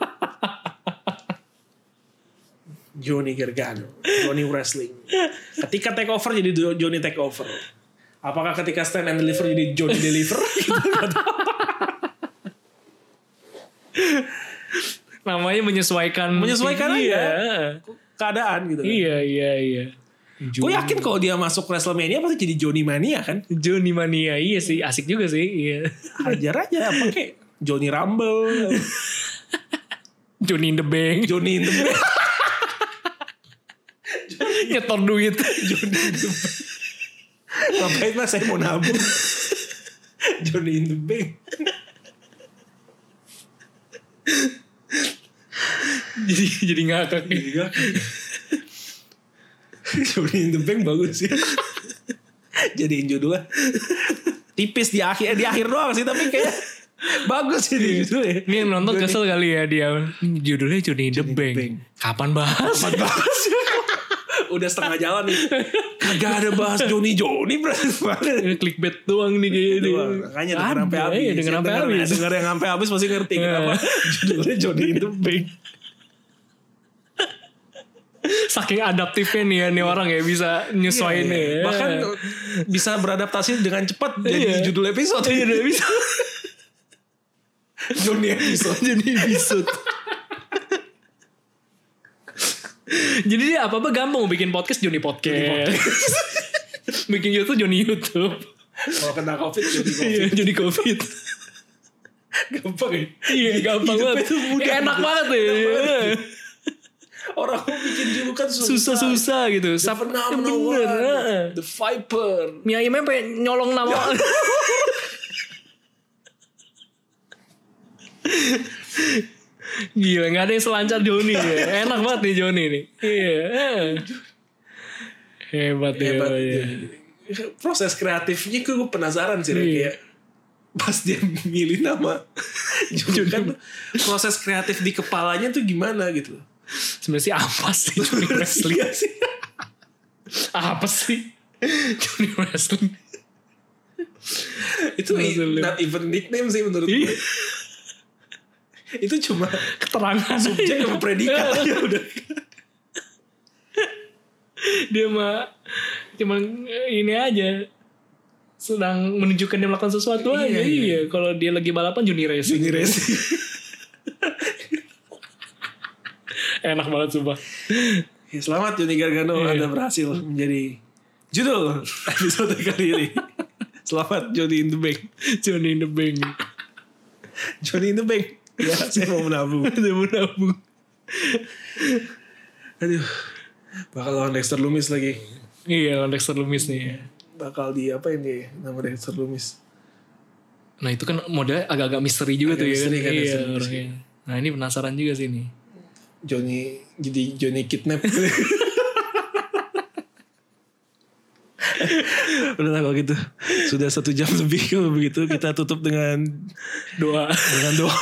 S1: Johnny Gargano, Johnny Wrestling. Ketika take over jadi Do- Johnny take over. Apakah ketika stand and deliver jadi Johnny deliver?
S2: namanya menyesuaikan
S1: Menyesuaikan aja.
S2: iya
S1: Keadaan gitu. kan.
S2: iya iya iya
S1: Gue yakin kalau dia masuk WrestleMania pasti jadi Johnny Mania kan.
S2: Johnny Mania iya sih asik juga sih iya
S1: Hajar aja pakai Johnny Rumble,
S2: Johnny in the bank
S1: Johnny in the Bank.
S2: nyetor duit Johnny
S1: Ngapain mas saya mau nabung. Johnny in the Bank.
S2: jadi jadi ngakak
S1: Johnny in the Bank bagus sih. Jadiin judulnya. Tipis di akhir di akhir doang sih tapi kayak bagus jadi judulnya.
S2: Iya. ini yang nonton kesel kali ya dia Ini judulnya
S1: Johnny
S2: Johnny in the
S1: in the
S2: bank.
S1: Bank.
S2: kapan bahas
S1: Cepat banget sih. Udah setengah jalan nih. Kagak ada bahas Johnny Johnny berarti.
S2: Ini clickbait doang nih kayaknya
S1: Doang. Makanya denger
S2: Iya. Ada,
S1: sampai habis.
S2: iya, denger
S1: Yang
S2: sampai
S1: denger-
S2: habis Iya.
S1: Denger yang sampai habis pasti ngerti kenapa judulnya Johnny in the Bank.
S2: saking adaptifnya nih ya nih orang ya bisa nyesuaiin
S1: Iya, iya.
S2: ya
S1: Bahkan bisa beradaptasi dengan cepat jadi
S2: Iya.
S1: judul episode.
S2: Iya, udah bisa
S1: Johnny episode.
S2: jadi episode jadi dia apa apa gampang bikin podcast Johnny podcast, bikin YouTube Johnny YouTube
S1: Kalau kena covid jadi
S2: Iya, Johnny COVID
S1: gampang ya.
S2: iya gampang
S1: Hidupnya
S2: banget
S1: tuh mudah.
S2: Iya, enak banget ya
S1: Orang mau bikin julukan susah.
S2: susah-susah gitu
S1: The
S2: Sap-
S1: phenomenal
S2: bener ah.
S1: one.
S2: heeh.
S1: The Viper.
S2: Mie ayamnya pengen nyolong
S1: Ya.
S2: nama. Gila, gak ada yang selancar Joni ya. Enak banget nih Joni nih. Iya. Hebat, ya.
S1: Hebat. Ya,
S2: Iya.
S1: Proses kreatifnya gue penasaran sih. Ren.
S2: Iya.
S1: Kayak pas dia milih nama julukan proses kreatif di kepalanya tuh gimana gitu
S2: Sebenernya sih apa sih Joni Wrestling?
S1: Iya sih
S2: Apa sih Joni Wrestling?
S1: itu
S2: Maksudnya.
S1: not even nickname sih menurut gue
S2: Iya.
S1: itu cuma
S2: Keterangan
S1: subjek
S2: aja.
S1: sama predikat aja udah
S2: Dia mah cuman eh, ini aja sedang menunjukkan dia melakukan sesuatu
S1: Iya,
S2: aja. Iya,
S1: iya.
S2: kalau dia lagi balapan Joni Racing.
S1: Johnny Racing
S2: Enak banget sumpah.
S1: Ya, selamat Johnny Gargano Anda berhasil menjadi judul episode kali ini. Selamat Johnny in the Bank.
S2: Johnny in the Bank.
S1: Johnny in the Bank. Ya, saya mau menabung.
S2: Udah mau nabung.
S1: Aduh. Bakal lawan Dexter Lumis lagi.
S2: Iya, lawan Dexter Lumis nih.
S1: Bakal di apa ini nama Dexter Lumis?
S2: Nah itu kan modelnya agak-agak misteri juga
S1: Agak
S2: tuh
S1: misteri
S2: ya.
S1: kan,
S2: Kan? Iya,
S1: misteri,
S2: orangnya. Nah ini penasaran juga sih nih.
S1: Johnny jadi Johnny kidnap. Udah lah kalau gitu. Sudah satu jam lebih kalau begitu kita tutup dengan
S2: Doa.
S1: dengan doa.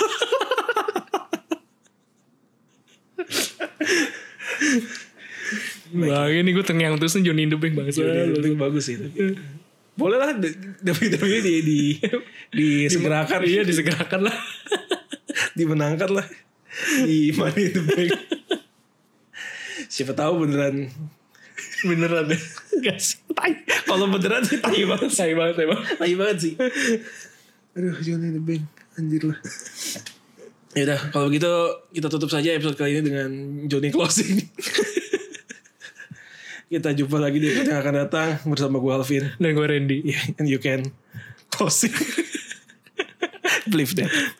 S2: Bang ini gue tengyang terus nih Johnny in the Bank bang.
S1: Johnny in the
S2: Soalnya-
S1: Bank bagus sih. tapi. Boleh lah WWE E di, di disegerakan,
S2: Iya disegerakan lah.
S1: dimenangkan lah di Money in the Bank. Siapa tahu beneran
S2: Beneran ya. deh. Gak sih. Tai.
S1: kalau beneran sih tai banget.
S2: Say banget emang.
S1: Tai banget sih. Aduh, Johnny the Bank. Anjir lah. Yaudah, kalau gitu kita tutup saja episode kali ini dengan Johnny Closing. kita jumpa lagi di episode yang akan datang bersama gue Alvin.
S2: Dan gue Randy.
S1: Yeah, and you can close it. Believe that.